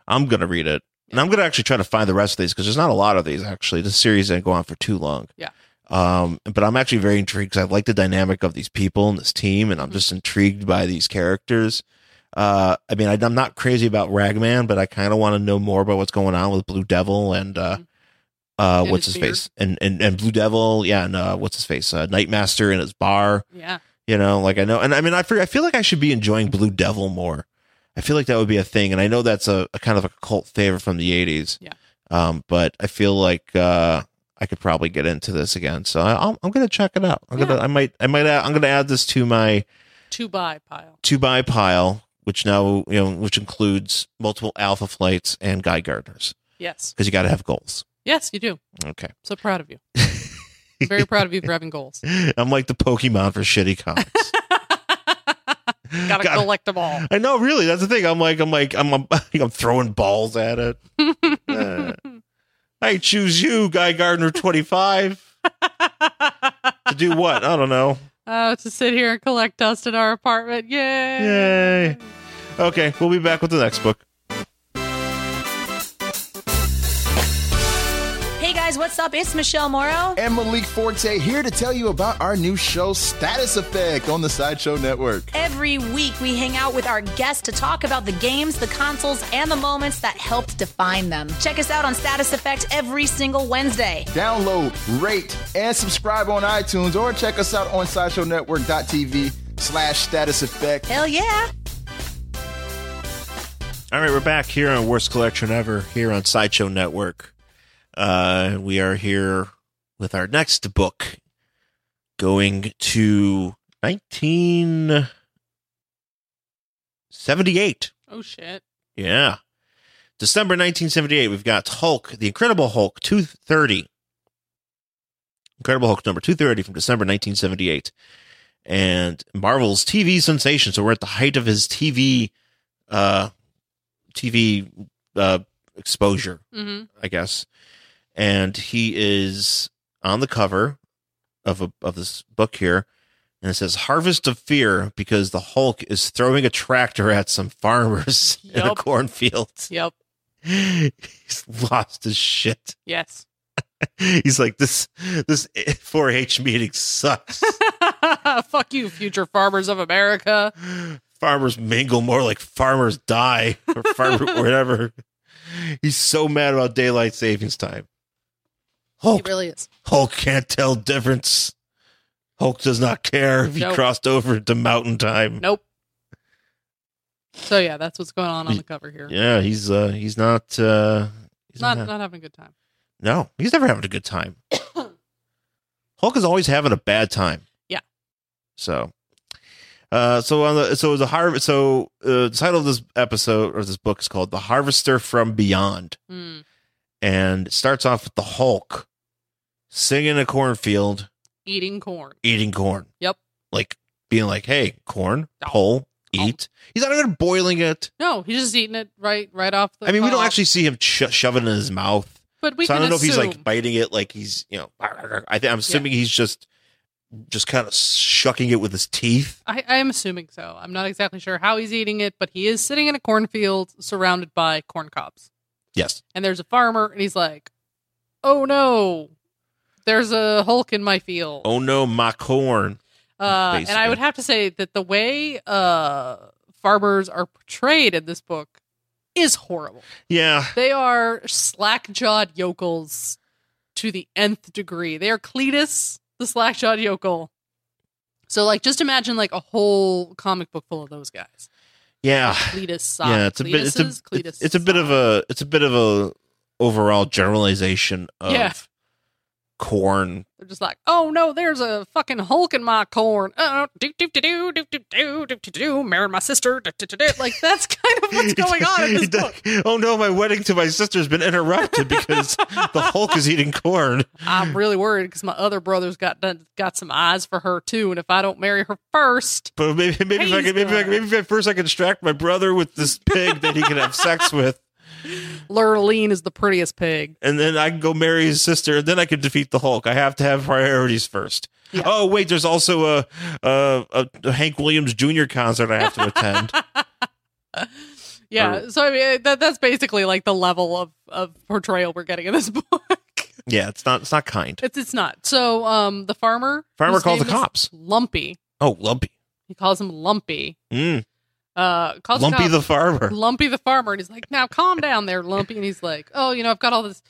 i'm gonna read it and i'm gonna actually try to find the rest of these because there's not a lot of these actually the series didn't go on for too long Yeah. um but i'm actually very intrigued because i like the dynamic of these people and this team and i'm Mhm. just intrigued by these characters uh i mean I, i'm not crazy about ragman but i kind of want to know more about what's going on with blue devil and uh Mhm. uh, And what's his his beard. face and, and and blue devil yeah and uh what's his face uh nightmaster and his bar yeah you know, like I know, and I mean, I feel, I feel like I should be enjoying Blue Devil more. I feel like that would be a thing, and I know that's a, a kind of a cult favorite from the '80s. Yeah. Um, but I feel like uh, I could probably get into this again, so I, I'm, I'm gonna check it out. I'm gonna, I might, I might, add, I'm gonna add this to my two by pile two by pile, which now you know, which includes multiple Alpha flights and Guy Gardners, yes because you got to have goals. yes you do Okay. so proud of you very proud of you for having goals I'm like the Pokemon for shitty comics. gotta Gotta- collect them all I know, really. That's the thing. I'm like, I'm like, I'm, I'm, I'm throwing balls at it. Uh, I choose you, Guy Gardner, 25, to do what? I don't know. Oh, to sit here and collect dust in our apartment. Yay! Yay. Okay, we'll be back with the next book. Hey guys. guys, what's up? It's Michelle Morrow. and Malik Forte here to tell you about our new show, Status Effect, on the Sideshow Network. Every week, we hang out with our guests to talk about the games, the consoles, and the moments that helped define them. Check us out on Status Effect every single Wednesday. Download, rate, and subscribe on iTunes or check us out on SideshowNetwork.tv slash Status Effect. Hell yeah. All right, we're back here on Worst Collection Ever here on Sideshow Network. Uh, we are here with our next book going to 1978. Oh shit. Yeah. December 1978, we've got Hulk, The Incredible Hulk 230. Incredible Hulk number 230 from December 1978. And Marvel's TV sensation. So we're at the height of his TV uh TV uh exposure, Mm-hmm. I guess. And he is on the cover of a, of this book here and it says harvest of fear because the Hulk is throwing a tractor at some farmers in a Yup. cornfield Yep. he's lost his shit. Yes. He's like this this 4-H meeting sucks. Fuck you, future farmers of America. farmers mingle more like farmers die or farmer whatever. He's so mad about daylight savings time. He Hulk really is. Hulk can't tell difference. Hulk does not care if he Nope. crossed over to mountain time. Nope. So yeah, that's what's going on on the cover here. Yeah, he's uh he's not uh he's not not, not having a good time. No, he's never having a good time. Hulk is always having a bad time. Yeah. So, uh, so on the so the harvest. So uh, the title of this episode or this book is called "The Harvester from Beyond," Hmm. and it starts off with the Hulk singing a cornfield, Eating corn. eating corn. Yep. Like being like, "Hey, corn, Oh. whole, eat." He's not even boiling it. No, he's just eating it right right off the. I mean, we don't off. actually see him sho- shoving it in his mouth. But Uh-uh. we so I can don't know assume. if he's like biting it, like he's you know. I think I'm assuming he's just just kind of shucking it with his teeth. I, I'm assuming so. I'm not exactly sure how he's eating it, but he is sitting in a cornfield surrounded by corn cobs. Yes, And there's a farmer, and he's like, "Oh no, there's a Hulk in my field." Oh no, my corn. Uh, and I Basically. would have to say that the way uh, farmers are portrayed in this book is horrible. Yeah, They are slack jawed yokels to the nth degree. They are Cletus, the slack jawed yokel. So, like, just imagine like a whole comic book full of those guys. yeah, Cletus, sock. yeah. It's a bit. It's a, Cletuses, Cletus it's, it's a bit of a. It's a bit of a overall generalization of Yeah. corn. They're just like, oh no, there's a fucking Hulk in my corn. Oh, do do do do do do do do do do. Marrying my sister. Do, do, do, do. Like that's kind of what's going on in this He does- book. Oh no, my wedding to my sister has been interrupted because the Hulk is eating corn. I'm really worried because my other brother's got done, got some eyes for her too, and if I don't marry her first, But maybe maybe if I He's can, maybe, I can, gonna- maybe if at first I can distract my brother with this pig that he can have sex with. Lurleen is the prettiest pig. and then I can go marry his sister, and then I can defeat the Hulk. I have to have priorities first. Yeah. Oh wait, there's also a, a a Hank Williams Jr. concert I have to attend. Yeah, so I mean eh, that that's basically like the level of of portrayal we're getting in this book. yeah, it's not it's not kind. It's it's not. So um, the farmer Farmer whose calls the name is cops. Lumpy. Oh, Lumpy, He calls him Lumpy. mm. Uh, calls the. Lumpy cops. the farmer. Lumpy the farmer, and he's like, "Now calm down, there, Lumpy." And he's like, "Oh, you know, I've got all this."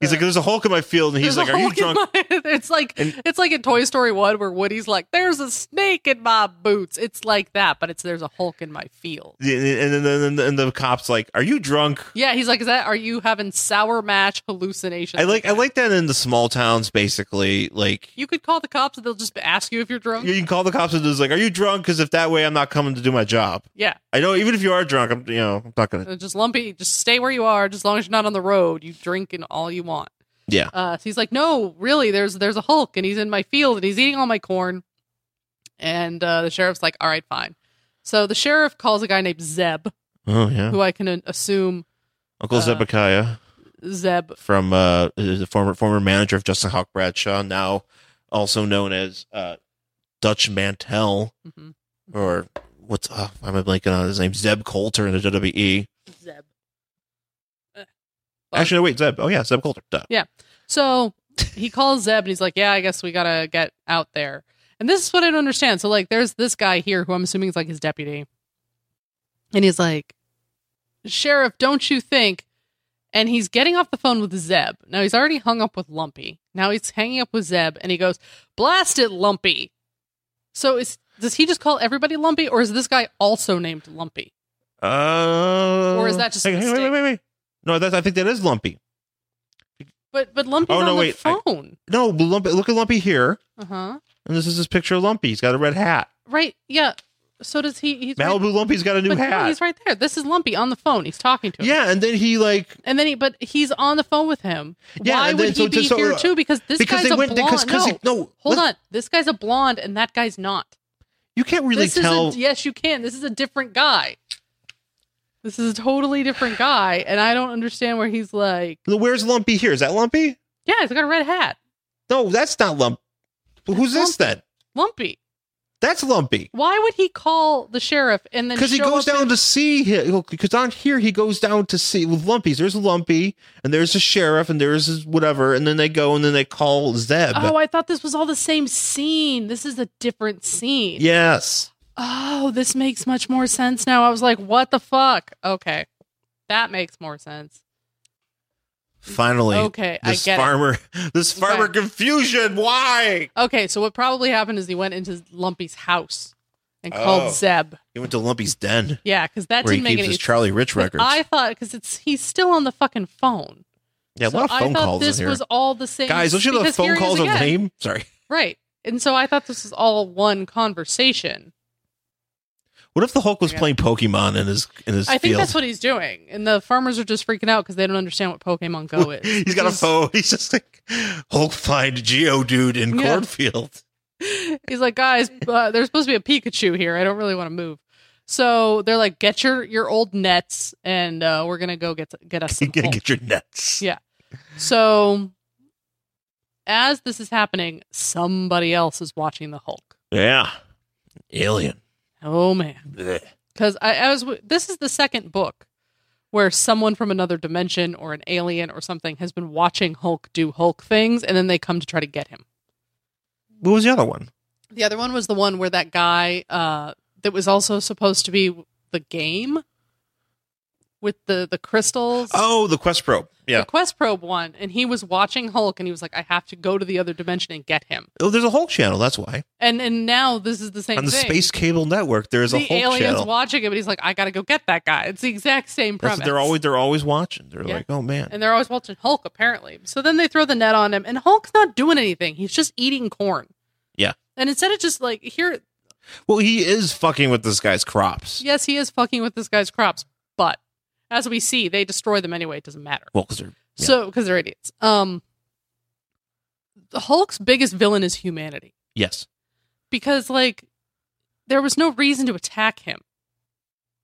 He's like, there's a Hulk in my field, and he's there's like, a are you Hulk in drunk? my- it's like And- it's like in Toy Story One where Woody's like, "There's a snake in my boots." It's like that, but it's there's a Hulk in my field. Yeah, and then and then and the cops like, are you drunk? Yeah, he's like, "Is that? Are you having sour match hallucinations?" I like I like that in the small towns, basically. Like You could call the cops, and they'll just ask you if you're drunk. you can call the cops and just like, are you drunk? Because if that way, I'm not coming to do my job. yeah, I know even if you are drunk, I'm you know I'm not gonna. Uh, just lumpy just stay where you are just as long as you're not on the road you drink and all you want Yeah. uh, so he's like no really there's there's a hulk and he's in my field and he's eating all my corn and uh, the sheriff's like all right fine so the sheriff calls a guy named zeb Oh yeah, who i can uh, assume Uncle Uh, Zebekiah. zeb from uh, the former former manager of Justin Hawk Bradshaw, now also known as uh, Dutch Mantell, Mhm. or what's uh, why am I blanking on his name? Zeb Coulter in the E. WWE. zeb Uh, Actually, no, wait, Zeb. Oh yeah, Zeb Coulter. Duh. So he calls Zeb and he's like, Yeah, I guess we gotta get out there. And this is what I don't understand. So like there's this guy here who I'm assuming is like his deputy. And he's like, Sheriff, don't you think? And he's getting off the phone with Zeb. Now he's already hung up with Lumpy. Now he's hanging up with Zeb and he goes, Blast it, Lumpy. So is does he just call everybody Lumpy, or is this guy also named Lumpy? Uh, Or is that just a Hang, hang, wait, mistake? wait, wait, wait. No, that's, I think that is Lumpy. But but Lumpy's Oh, on no, the wait, I- phone. No, Lumpy, look at Lumpy here. Uh huh. And this is his picture of Lumpy. He's got a red hat. Right. Yeah. So does he? He's right- Malibu Lumpy's got a new but no, hat. he's right there. This is Lumpy on the phone. He's talking to him. Yeah, and then he like And then he, but he's on the phone with him. Yeah, Why and would then- he so- be so, here uh, too? Because this because guy's they a went- blonde. because- 'cause he- no, no, hold let- on. This guy's a blonde, and that guy's not. you can't really this tell. is a, yes, you can. This is a different guy. This is a totally different guy, and I don't understand where he's like. Where's Lumpy here? Is that Lumpy? Yeah, he's got a red hat. No, that's not Lump. But who's That's this then? Lumpy. That's Lumpy. Why would he call the sheriff and then Because he show goes up down to see him. Because on here he goes down to see with Lumpy's. There's Lumpy, and there's the sheriff, and there's his whatever, and then they go and then they call Zeb. Oh, I thought this was all the same scene. This is a different scene. yes. Oh, this makes much more sense now. I was like, what the fuck? Okay. That makes more sense. Finally. Okay, I This get it. farmer. This farmer Right. confusion. Why? Okay, so what probably happened is he went into Lumpy's house and called Oh. Zeb. He went to Lumpy's den Yeah, because that where he didn't make keeps any his Charlie Rich but records. I thought because it's he's still on the fucking phone. yeah, a So lot of phone I thought calls this in here. was all the same. Guys, don't you know the because here phone he is calls are again. lame? Sorry. Right. And so I thought this was all one conversation. What if the Hulk was Yeah. playing Pokemon in his in his I think field? that's what he's doing. And the farmers are just freaking out because they don't understand what Pokemon Go is. He's got a phone. He's just like Hulk find Geodude in Yeah. cornfield. He's like, guys, uh, there's supposed to be a Pikachu here. I don't really want to move. So they're like, get your your old nets, and uh, we're gonna go get get us You some. gotta home." get your nuts. Yeah. So as this is happening, somebody else is watching the Hulk. Yeah. Alien. Oh man. Blech. because I, I was w- this is the second book where someone from another dimension or an alien or something has been watching Hulk do Hulk things, and then they come to try to get him. What was the other one? The other one was the one where that guy uh, that was also supposed to be the game with the the crystals. Oh, the Quest Probe. Yeah. The Quest Probe one, and he was watching Hulk, and he was like, "I have to go to the other dimension and get him." Oh, there's a Hulk channel. That's why And and now this is the same on the thing. Space Cable Network there is a the Hulk aliens channel. watching him, and he's like, "I got to go get that guy." It's the exact same That's premise. what they're always they're always watching. They're Yeah. like, oh man. and they're always watching Hulk apparently. So then they throw the net on him, and Hulk's not doing anything. He's just eating corn. Yeah. And instead of just like here, Well, he is fucking with this guy's crops. yes, he is fucking with this guy's crops, but as we see, they destroy them anyway. It doesn't matter. Well, because they're yeah. So because they're idiots. Um, the Hulk's biggest villain is humanity yes. because like there was no reason to attack him.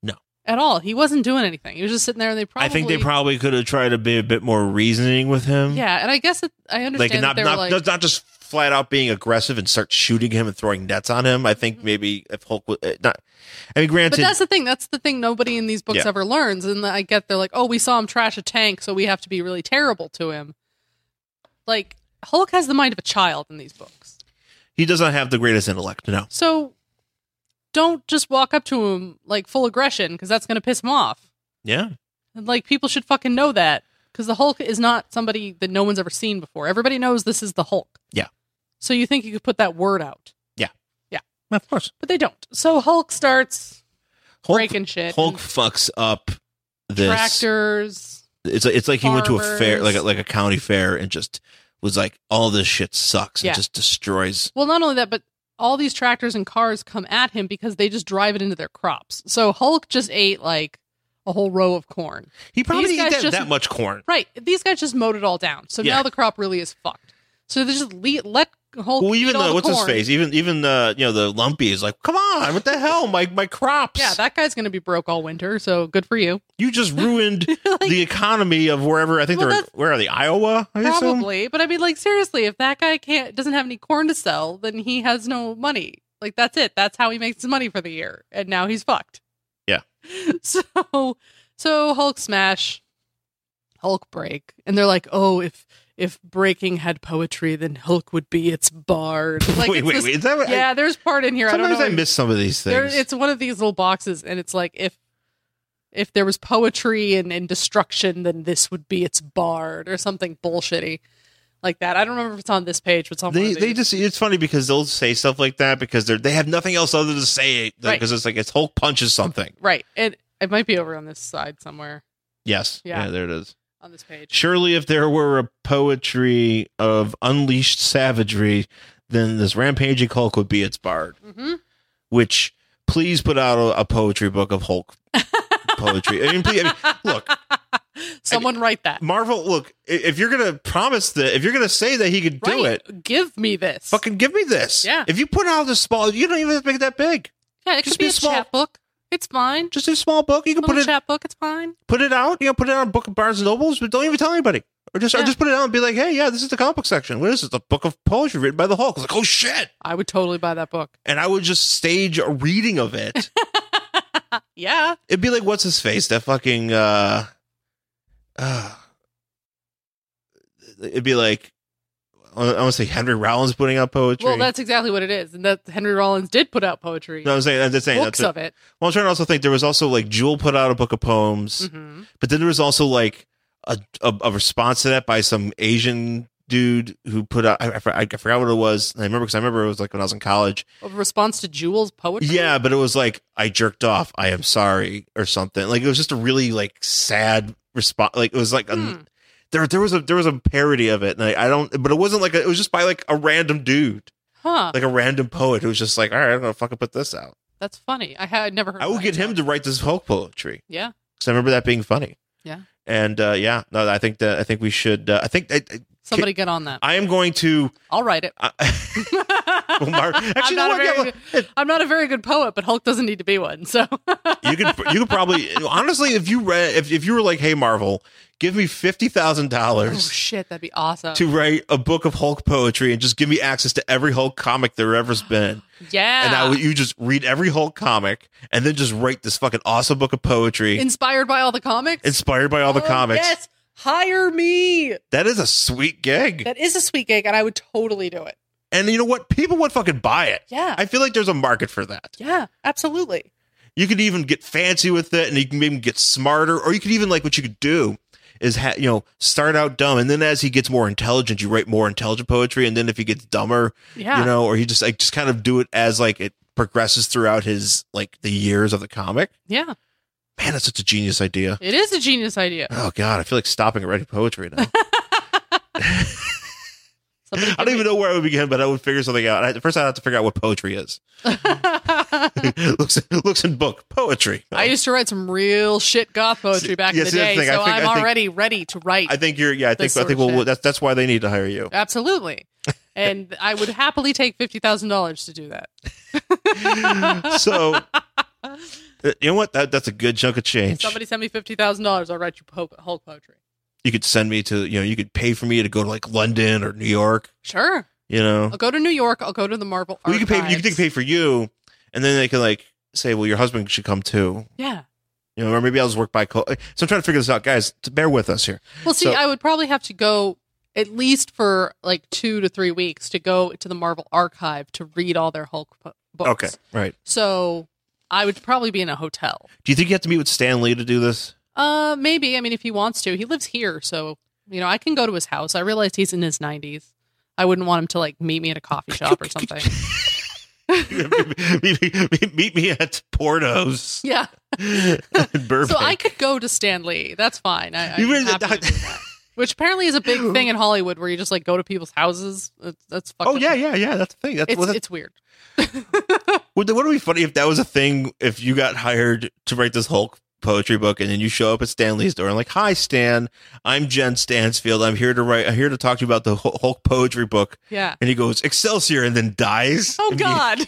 No. At all. He wasn't doing anything. He was just sitting there, and they probably. I think they probably could have tried to be a bit more reasoning with him. Yeah, and I guess it, I like understand and that not they were not, like, not not just flat out being aggressive and start shooting him and throwing nets on him. I think maybe if Hulk was uh, not, I mean, Mm-hmm. But granted, that's the thing. That's the thing nobody in these books Yeah. ever learns. And I get they're like, oh, we saw him trash a tank, so we have to be really terrible to him. Like, Hulk has the mind of a child in these books. he does not have the greatest intellect. No, So don't just walk up to him like full aggression because that's going to piss him off. yeah, And like, people should fucking know that because the Hulk is not somebody that no one's ever seen before. Everybody knows this is the Hulk. Yeah. So you think you could put that word out, of course. but they don't. So Hulk starts Hulk, breaking shit. Hulk fucks up this. Tractors. It's like- it's like he went to a fair, farmers. like a, like a county fair, and just was like, all this shit sucks and Yeah. just destroys. Well, not only that, but all these tractors and cars come at him because they just drive it into their crops. So Hulk just ate like a whole row of corn. He probably These guys didn't eat that, just- that much corn. Right. These guys just mowed it all down. So Yeah. now the crop really is fucked. So they just le- let Hulk. Well, even eat all the, the what's his corn. face, even even the you know the lumpy is like, come on, what the hell, my my crops. Yeah, that guy's going to be broke all winter. So good for you. You just ruined the economy of wherever. I think Well, they're that's- where are they? Iowa, I assume. Probably. But I mean, like, seriously, if that guy can't doesn't have any corn to sell, then he has no money. Like, that's it. That's how he makes his money for the year. And now he's fucked. Yeah. So, so Hulk smash, Hulk break. And they're like, oh, if if breaking had poetry, then Hulk would be its bard. Like, wait, it's wait, this- wait. Is that what? Yeah, there's part in here. I, sometimes I I, don't know. miss some of these There- things. it's one of these little boxes, and it's like if if there was poetry and, and destruction, then this would be its bard or something bullshitty like that. I don't remember if it's on this page, but it's on one they of they these. just it's funny because they'll say stuff like that because they're they have nothing else other to say because Right. it's like it's Hulk punches something. right. It it might be over on this side somewhere Yes. Yeah. yeah there it is. on this page. Surely, if there were a poetry of unleashed savagery, then this rampaging Hulk would be its bard. hmm Which, please put out a, a poetry book of Hulk poetry. I mean, please, I mean, look, Someone write that. Marvel. Look, i- if you're gonna promise that, if you're gonna say that he could do Right. it, Give me this. fucking give me this. Yeah. If you put out this small, you don't even have to make it that big. yeah, it just could be be a small. chat book. It's fine. Just a small book. You can Little put it chat book. It's fine. put it out. You know, put it on a book of Barnes and Nobles, but don't even tell anybody. Or just, Yeah. or just put it out and be like, hey, yeah, this is the comic book section. What is this? A book of poetry written by the Hulk. It's like, oh shit! I would totally buy that book. and I would just stage a reading of it. Yeah. It'd be like what's his face? That fucking uh, uh it'd be like I want to say Henry Rollins putting out poetry. Well, that's exactly what it is, and that Henry Rollins did put out poetry, no, I'm saying I'm just saying books that's it. of it. Well, I'm trying to also think there was also like Jewel put out a book of poems, hmm but then there was also like a, a a response to that by some Asian dude who put out I, I for- I forgot what it was. I remember because I remember it was like when I was in college. A response to Jewel's poetry. Yeah, but it was like I jerked off. I am sorry, or something. Like it was just a really like sad response. Like it was like Hmm. a, there there was a there was a parody of it, and I, I don't. But it wasn't like a, it was just by like a random dude, Huh. like a random poet who was just like, all right, I'm gonna fucking put this out. That's funny. I had never heard. I of will that. get him to write this Hulk poetry Yeah. because I remember that being funny. Yeah. And uh, yeah, no, I think that I think we should. Uh, I think I, Somebody get on that. I am going to. I'll write it. I I'm, Mark- actually, you know not a what? very Yeah, well, good, I'm not a very good poet, but Hulk doesn't need to be one. So Oh, you could you could probably honestly if you read if, if you were like hey marvel give me fifty thousand oh dollars shit, that'd be awesome. to write a book of hulk poetry and just give me access to every hulk comic there ever's been yeah. and now you just read every hulk comic and then just write this fucking awesome book of poetry inspired by all the comics. inspired by all the Oh, comics Yes. Hire me. that is a sweet gig That is a sweet gig, and I would totally do it. and you know what people would fucking buy it Yeah. i feel like there's a market for that yeah. Absolutely. you could even get fancy with it and you can even get smarter or you could even like what you could do is ha- you know start out dumb and then as he gets more intelligent you write more intelligent poetry and then if he gets dumber Yeah. you know or he just like just kind of do it as like it progresses throughout his like the years of the comic yeah. man that's such a genius idea It is a genius idea. oh god i feel like stopping at writing poetry now Somebody i don't even know where i would begin but i would figure something out I, first i have to figure out what poetry is looks looks in book poetry I used to write some real shit goth poetry See, back yeah, in the see, that's day, the thing. I so think- I'm I think- already ready to write. i think you're yeah i think This i sort think of well shit. that's that's why they need to hire you Absolutely. And I would happily take fifty thousand dollars to do that. so uh, you know what? That that's a good chunk of change. Somebody send me fifty thousand dollars, I'll write you po- Hulk poetry. you could send me to you know you could pay for me to go to like London or New York. Sure, You know, I'll go to New York. I'll go to the Marvel. well, you could pay. You Archives. could pay for you, and then they can like say, well, your husband should come too. Yeah. You know, or maybe I'll just work by. Co- so I'm trying to figure this out, guys. To bear with us here. Well, see, So- I would probably have to go at least for like two to three weeks to go to the Marvel Archive to read all their Hulk po- books. Okay, right. So I would probably be in a hotel. Do you think you have to meet with Stan Lee to do this? Uh, maybe. I mean, if he wants to, he lives here, so you know I can go to his house. I realize he's in his nineties. I wouldn't want him to like meet me at a coffee shop or something. meet, me- meet me at Portos Yeah. in Burbank. So I could go to Stanley. That's fine. I, I'm You really- happy to do that. Which apparently is a big thing in Hollywood where you just like go to people's houses. That's, that's fucking oh yeah, yeah, yeah. That's the thing. That's, It's, well, that's it's weird. Would would it be funny if that was a thing? If you got hired to write this Hulk poetry book, and then you show up at Stan Lee's door and like, "Hi, Stan, I'm Jen Stansfield. I'm here to write. I'm here to talk to you about the Hul- Hulk poetry book." Yeah. And he goes, "Excelsior!" and then dies. Oh And you- God.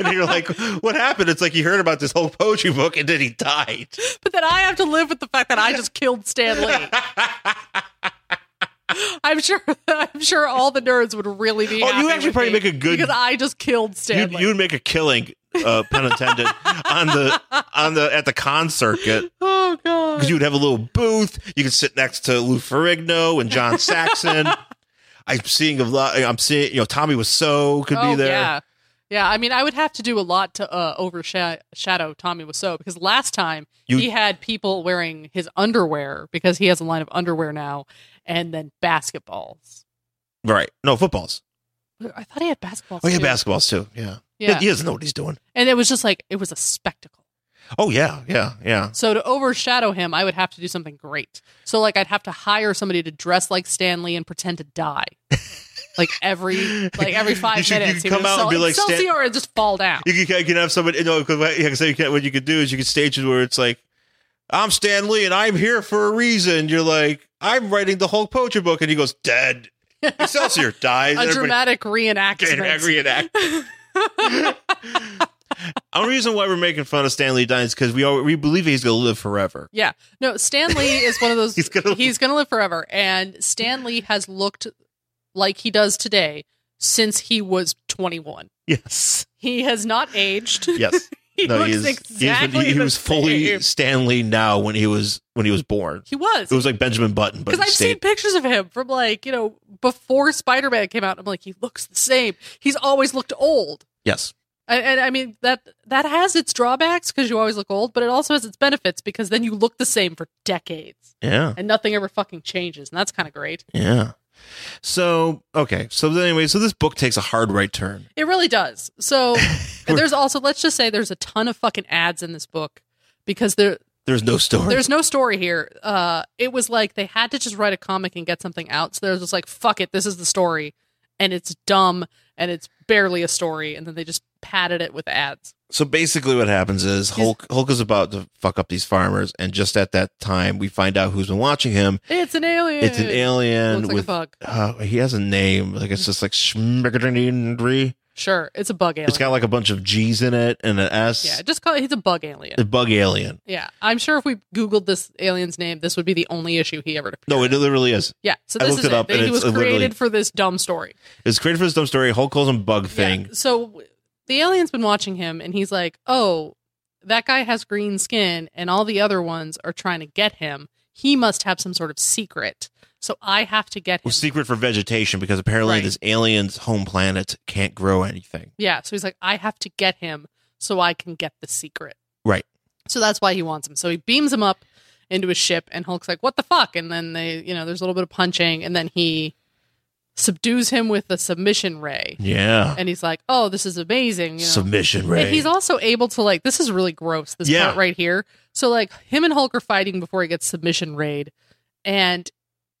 and you're like, "What happened?" It's like he heard about this Hulk poetry book, and then he died. but then I have to live with the fact that I just killed Stanley. I'm sure. I'm sure all the nerds would really be. Oh, you happy actually with probably me make a good- because I just killed You'd, Stanley. you'd make a killing uh, pun intended, on the on the at the con circuit Oh god. because you would have a little booth. You could sit next to Lou Ferrigno and John Saxon. I'm seeing a lot. I'm seeing you know Tommy Wiseau could oh, be there. Yeah. Yeah, I mean, I would have to do a lot to uh, overshadow Tommy Wiseau because last time You- he had people wearing his underwear because he has a line of underwear now, and then basketballs. Right? No footballs. I thought he had basketballs. Oh yeah, too. basketballs too. Yeah. Yeah. He, he doesn't know what he's doing. and it was just like it was a spectacle. Oh yeah, yeah, yeah. So to overshadow him, I would have to do something great. So like I'd have to hire somebody to dress like Stanley and pretend to die. Like every like every You five should- you minutes, could come out and be like, Stan- Excelsior and just fall down. You can, you can have somebody. You know, because what, yeah, so you can, what you could do is you could stage it where it's like, "I'm Stan Lee and I'm here for a reason." You're like, "I'm writing the Hulk poetry book," and he goes, "Dead." Excelsior dies. a everybody- dramatic reenactment. Getting angry and act. The reason why we're making fun of Stanley dying is because we all, we believe he's going to live forever. Yeah. No, Stan Lee is one of those He's gonna- he's gonna live forever. And Stan Lee has looked like he does today since he was twenty one. Yes. He has not aged. Yes. he looks he is- he is- he- exactly he, the was fully same. Stanley now when he was when he was born. He was. It was like Benjamin Button, but because in I've seen state. pictures of him from like you know before Spider Man came out. I'm like, he looks the same. He's always looked old, yes. and, and I mean that that has its drawbacks because you always look old, but it also has its benefits because then you look the same for decades Yeah. and nothing ever fucking changes, and that's kind of great. Yeah. So okay. So then anyway, so this book takes a hard right turn. It really does. So and there's also let's just say there's a ton of fucking ads in this book because there There's no story. there's no story here. Uh, it was like they had to just write a comic and get something out. So they're just like, fuck it, this is the story. And it's dumb and it's barely a story. And then they just padded it with ads. so basically, what happens is Hulk Hulk is about to fuck up these farmers, and just at that time, we find out who's been watching him. It's an alien. It's an alien Looks like with a bug. uh, he has a name. Like it's just like Schmigadinidri. Sure, it's a bug alien. It's got like a bunch of G's in it and an S. yeah, just call it. He's a bug alien. The bug alien. yeah, I'm sure if we Googled this alien's name, this would be the only issue he ever appeared. No, it literally is. yeah, so I this looked is it up They- and he it's was created literally- for this dumb story. It's created for this dumb story. Hulk calls him bug thing. Yeah, So w- the alien's been watching him and he's like, oh, that guy has green skin and all the other ones are trying to get him. He must have some sort of secret. So I have to get him. Well, secret for vegetation because apparently Right. this alien's home planet can't grow anything. yeah. So he's like, I have to get him so I can get the secret. Right. So that's why he wants him. So he beams him up into his ship and Hulk's like, what the fuck? And then they, you know, there's a little bit of punching and then he subdues him with a submission ray. Yeah. And he's like, oh, this is amazing. You know? Submission ray. And he's also able to like this is really gross, this Yeah. part right here. So like him and Hulk are fighting before he gets submission raid. And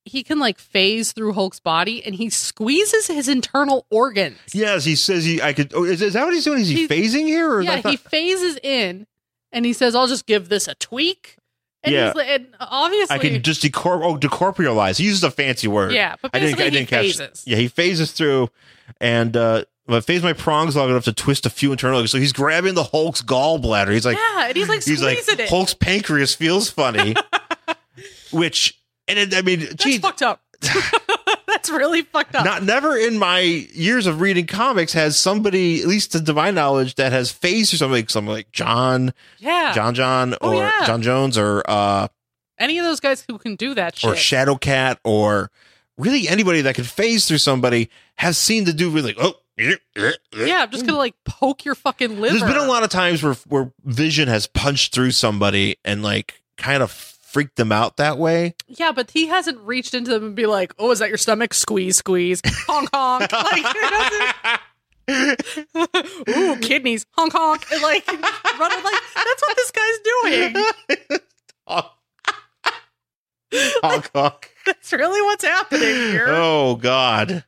he can like phase through Hulk's body and he squeezes his internal organs. yes, he says he. I could. Oh, is, is that what he's doing? Is he, He- phasing here? Or Yeah, I thought- he phases in and he says, I'll just give this a tweak. And Yeah. he's like and obviously I can just decor. Oh, decorporealize. He uses a fancy word. Yeah, but I didn't. basically I didn't he catch. phases. Yeah, he phases through, and uh, I phase my prongs long enough to twist a few internal. organs. So he's grabbing the Hulk's gallbladder. He's like, Yeah, and he's like he's like, squeezing it. Hulk's pancreas feels funny, which. And it, I mean, That's geez, fucked up. That's really fucked up. Not never in my years of reading comics has somebody, at least to my knowledge, that has phased or something. Something like John, yeah. John, John, or Oh, yeah. John Jones, or uh, Any of those guys who can do that shit. or Shadow Cat, or really anybody that could phase through somebody has seen the dude really. Oh, yeah. yeah, I'm just gonna like poke your fucking liver. There's been a lot of times where where Vision has punched through somebody and like kind of freaked them out that way. Yeah, but he hasn't reached into them and be like, "Oh, is that your stomach? Squeeze, squeeze, honk, honk." Like, he doesn't- ooh, kidneys, honk, honk, and like, running like that's what this guy's doing. Honk. honk, honk. That's really what's happening here. Oh God!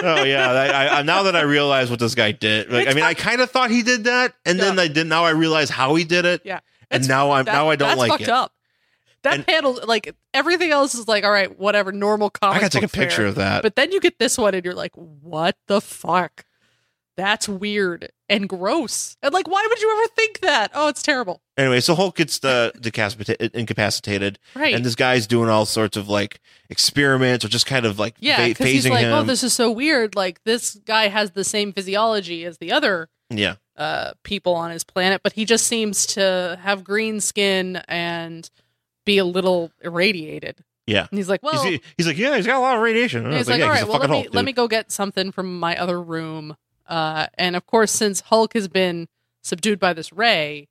Oh yeah. I, I, now that I realize what this guy did, like, I It's mean, I kind of thought he did that, and then Yeah. I did. Now I realize how he did it. Yeah. And It's- now I'm That- now I don't that's like fucked it. up. That And- panel, like everything else, is like, all right, whatever, normal comic. I gotta take a book fare. picture of that. But then you get this one and you're like, what the fuck? That's weird and gross. And like, why would you ever think that? Oh, it's terrible. anyway, so Hulk gets the decapita- incapacitated, Right. and this guy's doing all sorts of like experiments or just kind of like yeah, fa- because phasing he's like, him. oh, this is so weird. Like, this guy has the same physiology as the other. yeah. uh, people on his planet, but he just seems to have green skin and be a little irradiated. Yeah. And he's like, well, he's, he's like, yeah, he's got a lot of radiation. And I and was he's like, all Oh, yeah, right, he's a well, let fucking me Hulk, let dude." me go get something from my other room. Uh, and of course, since Hulk has been subdued by this ray,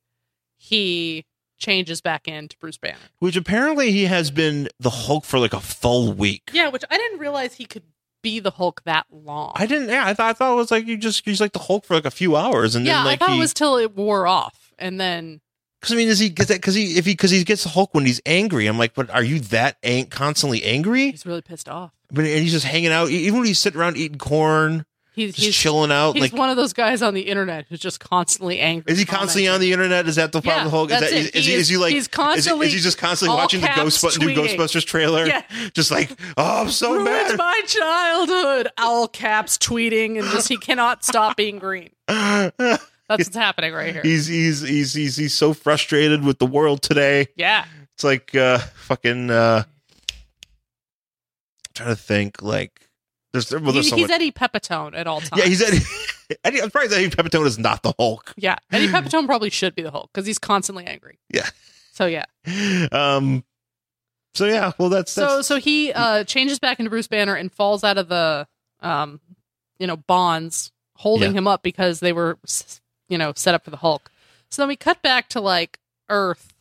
he changes back into Bruce Banner. Which apparently he has been the Hulk for like a full week. Yeah, which I didn't realize he could be the Hulk that long. I didn't. Yeah, I thought I thought it was like you just he's like the Hulk for like a few hours, and yeah, then like I thought he. it was till it wore off, and then Because I mean, is he because because he if he because he gets the Hulk when he's angry? I'm like, but are you that ang- constantly angry? he's really pissed off. But and he's just hanging out. e- Even when he's sitting around eating corn, He's just he's, chilling out. he's Like, one of those guys on the internet who's just constantly angry. is he constantly on commenting. the internet? Is that the problem? Yeah, with Hulk is that's that is, it. is he He is he like he's is, he- constantly is he just constantly all watching the caps Ghost new tweeting. Ghostbusters trailer? Yeah. just like oh, I'm so ruins mad. my childhood. Owl caps tweeting and just he cannot stop being green. That's what's happening right here. he's he's he's he's he's so frustrated with the world today. Yeah. It's like uh fucking uh trying to think like there's well He- there's someone he's Eddie Pepitone at all times. Yeah, he's Eddie. Eddie I'm surprised Eddie Pepitone is not the Hulk. Yeah, Eddie Pepitone probably should be the Hulk because he's constantly angry. Yeah. So yeah. Um so yeah, well that's So that's so he uh changes back into Bruce Banner and falls out of the um you know bonds holding him up because they were s- you know set up for the Hulk. So then we cut back to like Earth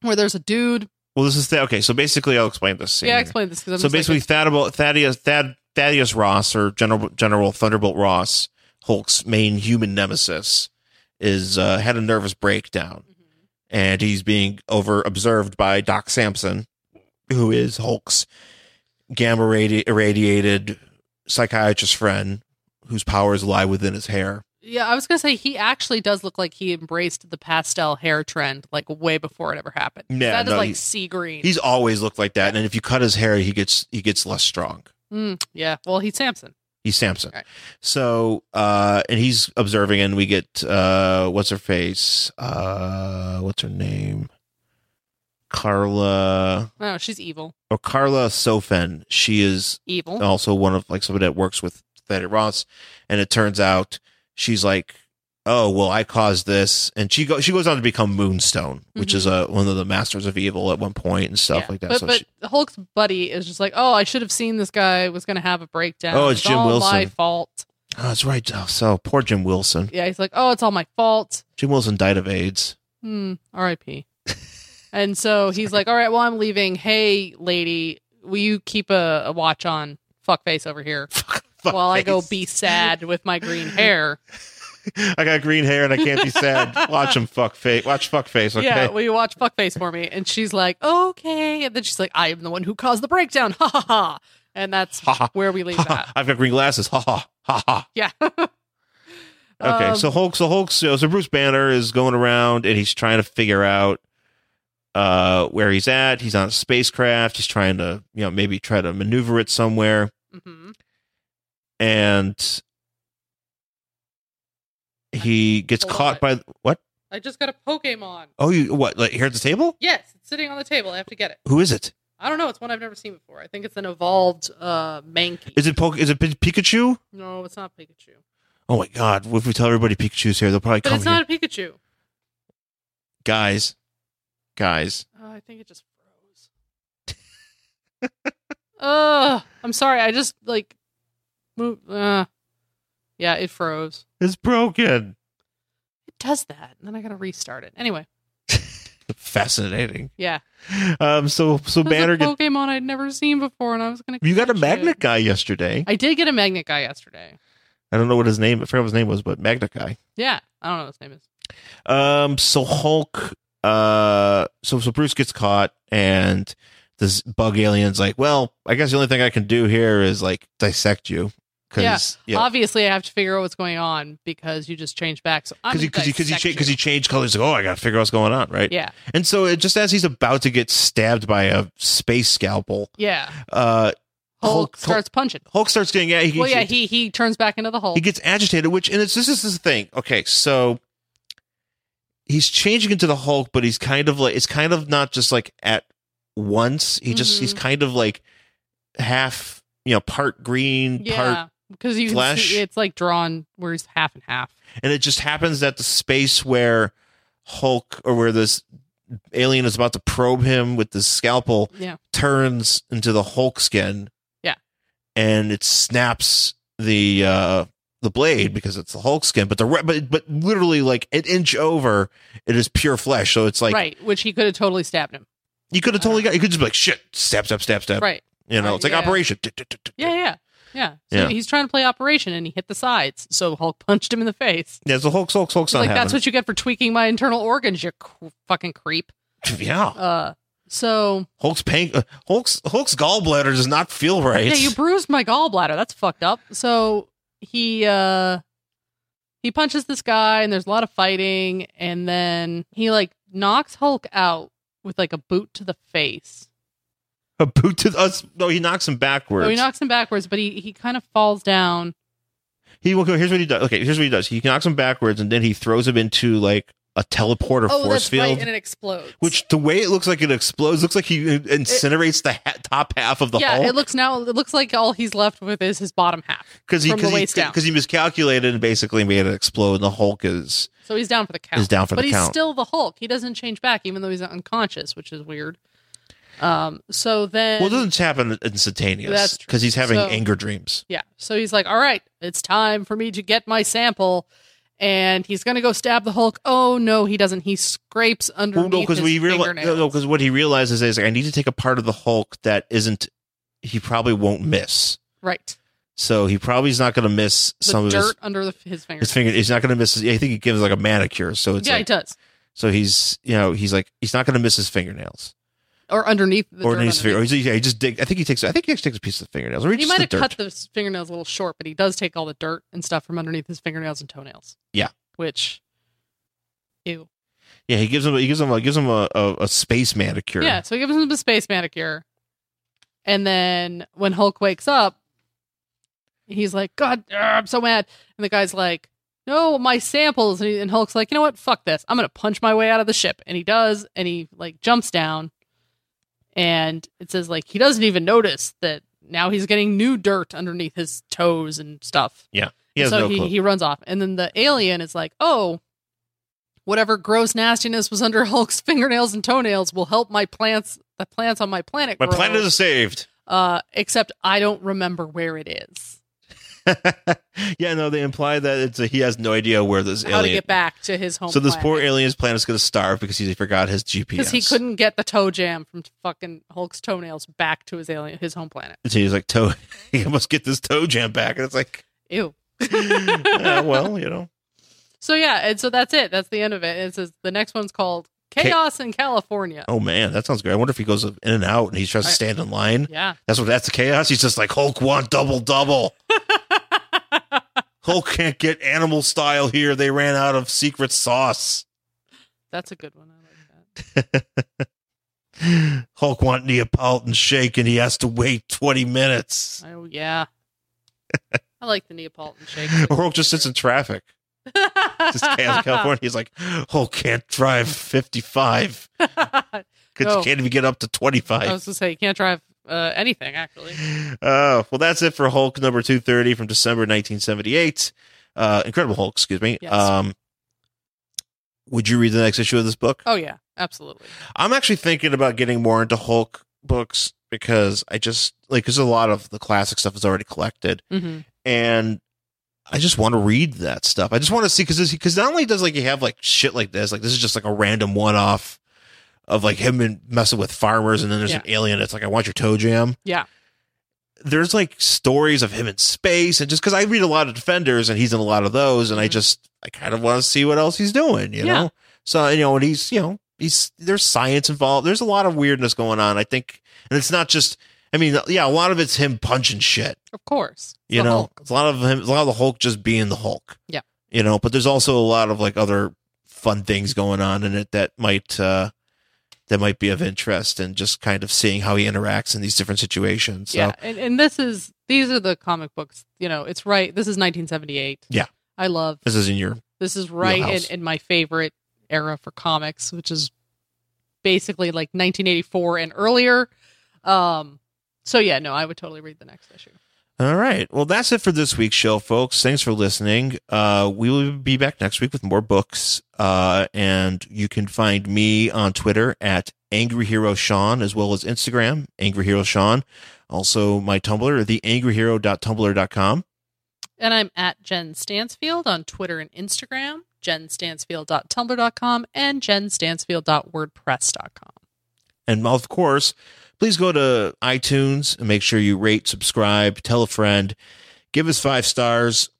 where there's a dude. well this is the, okay, so basically I'll explain this scene. Yeah, I explained this because I'm so just like, basically Thaddeus, Thaddeus Thad, Thaddeus Ross or General General Thunderbolt Ross, Hulk's main human nemesis, is uh, had a nervous breakdown. and he's being over observed by Doc Sampson, who is Hulk's gamma radi- irradiated psychiatrist friend, whose powers lie within his hair. Yeah, I was gonna say he actually does look like he embraced the pastel hair trend like way before it ever happened. Yeah, that is no, like he- sea green. He's always looked like that, and if you cut his hair, he gets he gets less strong. Mm, yeah, well, he's Samson. He's Samson. Right. So, uh, and he's observing, and we get uh, what's her face? Uh, what's her name? Carla No, Oh, she's evil. or Carla Sofen. She is Evil. also one of like somebody that works with Thaddeus Ross, and it turns out she's like, oh well, I caused this, and she go she goes on to become Moonstone, which Mhm. is a one of the masters of evil at one point and stuff Yeah. like that. But, so but she- Hulk's buddy is just like, oh, I should have seen this guy was gonna have a breakdown. Oh, it's Jim all My Wilson. fault. oh, that's right. Oh, so poor Jim Wilson. Yeah, he's like, oh, it's all my fault. Jim Wilson died of AIDS. Hmm. R.I.P. and so he's like, all right, well, I'm leaving. Hey, lady, will you keep a, a watch on fuckface over here while I go Fuckface. be sad with my green hair? I got green hair and I can't be sad. Watch him fuck face. Watch fuck face. Okay. Yeah, will you watch Fuckface for me? And she's like, okay. And then she's like, I am the one who caused the breakdown. Ha ha ha. And that's Ha, ha. where we leave Ha, ha. that. I've got green glasses. Ha ha ha ha. Yeah. Okay, Um, so Hulk, so Hulk, so, so Bruce Banner is going around and he's trying to figure out uh where he's at. He's on a spacecraft. He's trying to, you know, maybe try to maneuver it somewhere. mhm. And he gets Hold caught by what? I just got a Pokemon. Oh, you what? Like here at the table? Yes, it's sitting on the table. I have to get it. Who is it? I don't know. It's one I've never seen before. I think it's an evolved uh, Mankey. Is it Poke? Is it Pi- Pikachu? no, it's not Pikachu. Oh my God! What if we tell everybody Pikachu's here? They'll probably But come it's here. not a Pikachu. guys, guys. Oh, I think it just froze. Ugh. I'm sorry. I just like move. Uh, yeah, it froze. It's broken. It does that. And then I got to restart it. Anyway, Fascinating. yeah. Um. So so It was Banner a gets. Pokemon I'd never seen before, and I was gonna. You got a catch magnet it. guy yesterday. I did get a magnet guy yesterday. I don't know what his name. I forgot what his name was, but magnet guy. Yeah, I don't know what his name is. Um. So Hulk. Uh. So so Bruce gets caught, and this bug alien's like, well, I guess the only thing I can do here is like dissect you, because yeah, Obviously, I have to figure out what's going on because you just changed back. So I'm because he because he because he, dissect cha- you. 'cause he changed colors. Like, oh, I gotta figure out what's going on, right? Yeah, And so it just as he's about to get stabbed by a space scalpel, yeah. uh, Hulk, Hulk- starts punching. Hulk starts getting yeah, he, Well, yeah, he he turns back into the Hulk. he gets agitated which and it's this is the thing okay so he's changing into the hulk but he's kind of like it's kind of not just like at once he just Mhm. he's kind of like half you know part green yeah, part because you can Flash. see it's like drawn where it's half and half. and it just happens that the space where Hulk or where this alien is about to probe him with this scalpel Yeah. turns into the Hulk skin. Yeah. and it snaps the uh, the blade because it's the Hulk skin, but the re- but but literally like an inch over, it is pure flesh. So it's like right, which he could have totally stabbed him. you could have totally got you could just be like shit, stab, stab, stab, stab. Right. You know, Right, it's like yeah. Operation. Yeah, yeah. Yeah. So Yeah. he's trying to play operation and he hit the sides. So Hulk punched him in the face. Yeah, it's the Hulk, Hulk, Hulk's He's not like, that's happening. what you get for tweaking my internal organs, you cr- fucking creep. yeah, Uh, so Hulk's pain, uh, Hulk's Hulk's gallbladder does not feel right. yeah, you bruised my gallbladder. That's fucked up. So he uh he punches this guy and there's a lot of fighting and then he like knocks Hulk out with like a boot to the face. A boot to us. No, he knocks him backwards. So he knocks him backwards, but he he kind of falls down. He will go. Here's what he does. Okay, here's what he does. He knocks him backwards, and then he throws him into like a teleporter Oh, force that's field. right, and it explodes. which the way it looks like it explodes looks like he incinerates the ha- top half of the yeah, Hulk it looks now it looks like all he's left with is his bottom half. because he from the because he, waist down. 'cause he miscalculated and basically made it explode. And the Hulk is So he's down for the count. He's down for but the he's count. still the Hulk. He doesn't change back, even though he's unconscious, which is weird. Um. So then, well, it doesn't happen instantaneous That's true. because he's having So- anger dreams. yeah. So he's like, "All right, it's time for me to get my sample," and he's gonna go stab the Hulk. Oh no, he doesn't. He scrapes Well, underneath no, because his we realize fingernails. no, because what he realizes is like I need to take a part of the Hulk that isn't. He probably won't miss. right. So he probably is not going to miss The some of dirt his under the, his his fingers. finger. He's not going to miss. His, I think he gives like a manicure, so it's Yeah, he like, does. so he's you know he's like he's not going to miss his fingernails Or underneath the or dirt his finger. Or underneath. he's, yeah, he just dig. I think he takes. I think he actually takes a piece of the fingernails or he, He just might the have dirt. cut the fingernails a little short, but he does take all the dirt and stuff from underneath his fingernails and toenails. Yeah. Which, ew. yeah, he gives him. He gives him. He gives him a, a, a space manicure. Yeah, so he gives him a space manicure. And then when Hulk wakes up, he's like, God, ah, I'm so mad. And the guy's like, No, my samples. And, he, and Hulk's like, You know what? Fuck this. I'm going to punch my way out of the ship. And he does. And he like jumps down. And it says, like, he doesn't even notice that now he's getting new dirt underneath his toes and stuff. he has so no he, clue. he runs off. And then the alien is like, oh, whatever gross nastiness was under Hulk's fingernails and toenails will help my plants, the plants on my planet My grow. planet is saved. Uh, except I don't remember where it is. yeah, no, they imply that it's a, he has no idea where this How to alien. get back to his home. so this poor planet. alien's planet is going to starve because he forgot his GPS. Because he couldn't get the toe jam from fucking Hulk's toenails back to his alien, his home planet. So he's like, toe. he must get this toe jam back, and it's like, Ew. uh, well, you know. So yeah, and so that's it. That's the end of it. And it says the next one's called Chaos in California. Oh man, that sounds great. I wonder if he goes in and out and he tries to I- stand in line. Yeah. That's what that's the chaos. He's just like Hulk one double double. Hulk can't get animal style here. They ran out of secret sauce. That's a good one. I like that. Hulk want Neapolitan shake and he has to wait 20 minutes. Oh yeah. I like the Neapolitan shake. Or Hulk just sits in traffic. Just chaos in California. He's like, Hulk can't drive 55 I because No. he can't even get up to 25. was gonna say you can't drive uh, anything actually. Uh, well, that's it for Hulk number 230 from December 1978. Uh, Incredible Hulk, excuse me. Yes. Um, would you read the next issue of this book? Oh yeah, absolutely. I'm actually thinking about getting more into Hulk books because I just like because a lot of the classic stuff is already collected, Mm-hmm. and I just want to read that stuff. I just want to see because because not only does like you have like shit like this, like this is just like a random one off of like him and messing with farmers, and then there's an alien that's like, I want your toe jam. Yeah. There's like stories of him in space, and just because I read a lot of Defenders, and he's in a lot of those, and I Mhm. just I kind of want to see what else he's doing, you Yeah. know. So you know, and he's you know he's there's science involved. There's a lot of weirdness going on. I think, and it's not just. I mean, yeah, a lot of it's him punching shit. Of course. You The know, Hulk. it's a lot of him, it's a lot of the Hulk just being the Hulk. Yeah. You know, but there's also a lot of like other fun things going on in it that might uh that might be of interest and just kind of seeing how he interacts in these different situations. So Yeah, and, and this is these are the comic books. You know, it's right. This is 1978. Yeah. I love this is in your this is right Wheelhouse. in, in my favorite era for comics, which is basically like 1984 and earlier. Um. So yeah, no, I would totally read the next issue. All right. Well, that's it for this week's show, folks. Thanks for listening. Uh, we will be back next week with more books. Uh, and you can find me on Twitter at Angry Hero Sean, as well as Instagram, Angry Hero Sean. Also, my Tumblr, theangryhero.tumblr.com. And I'm at Jen Stansfield on Twitter and Instagram, jenstansfield.tumblr.com, and jenstansfield.wordpress.com. And of course, please go to iTunes and make sure you rate, subscribe, tell a friend, give us five stars,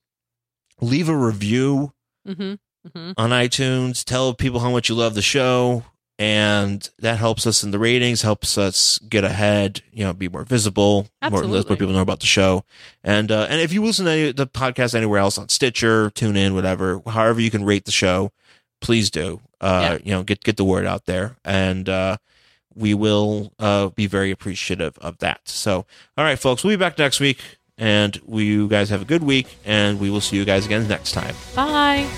leave a review. Mm-hmm. Mm-hmm. on iTunes. Tell people how much you love the show, and that helps us in the ratings, helps us get ahead. You know, be more visible, more let Absolutely. more people know about the show. And uh, and if you listen to any, the podcast anywhere else on Stitcher, tune in, whatever, however you can rate the show, please do. Uh, You know, get get the word out there, and uh, we will uh, be very appreciative of that. So, all right, folks, we'll be back next week. And we, you guys have a good week, and we will see you guys again next time. Bye.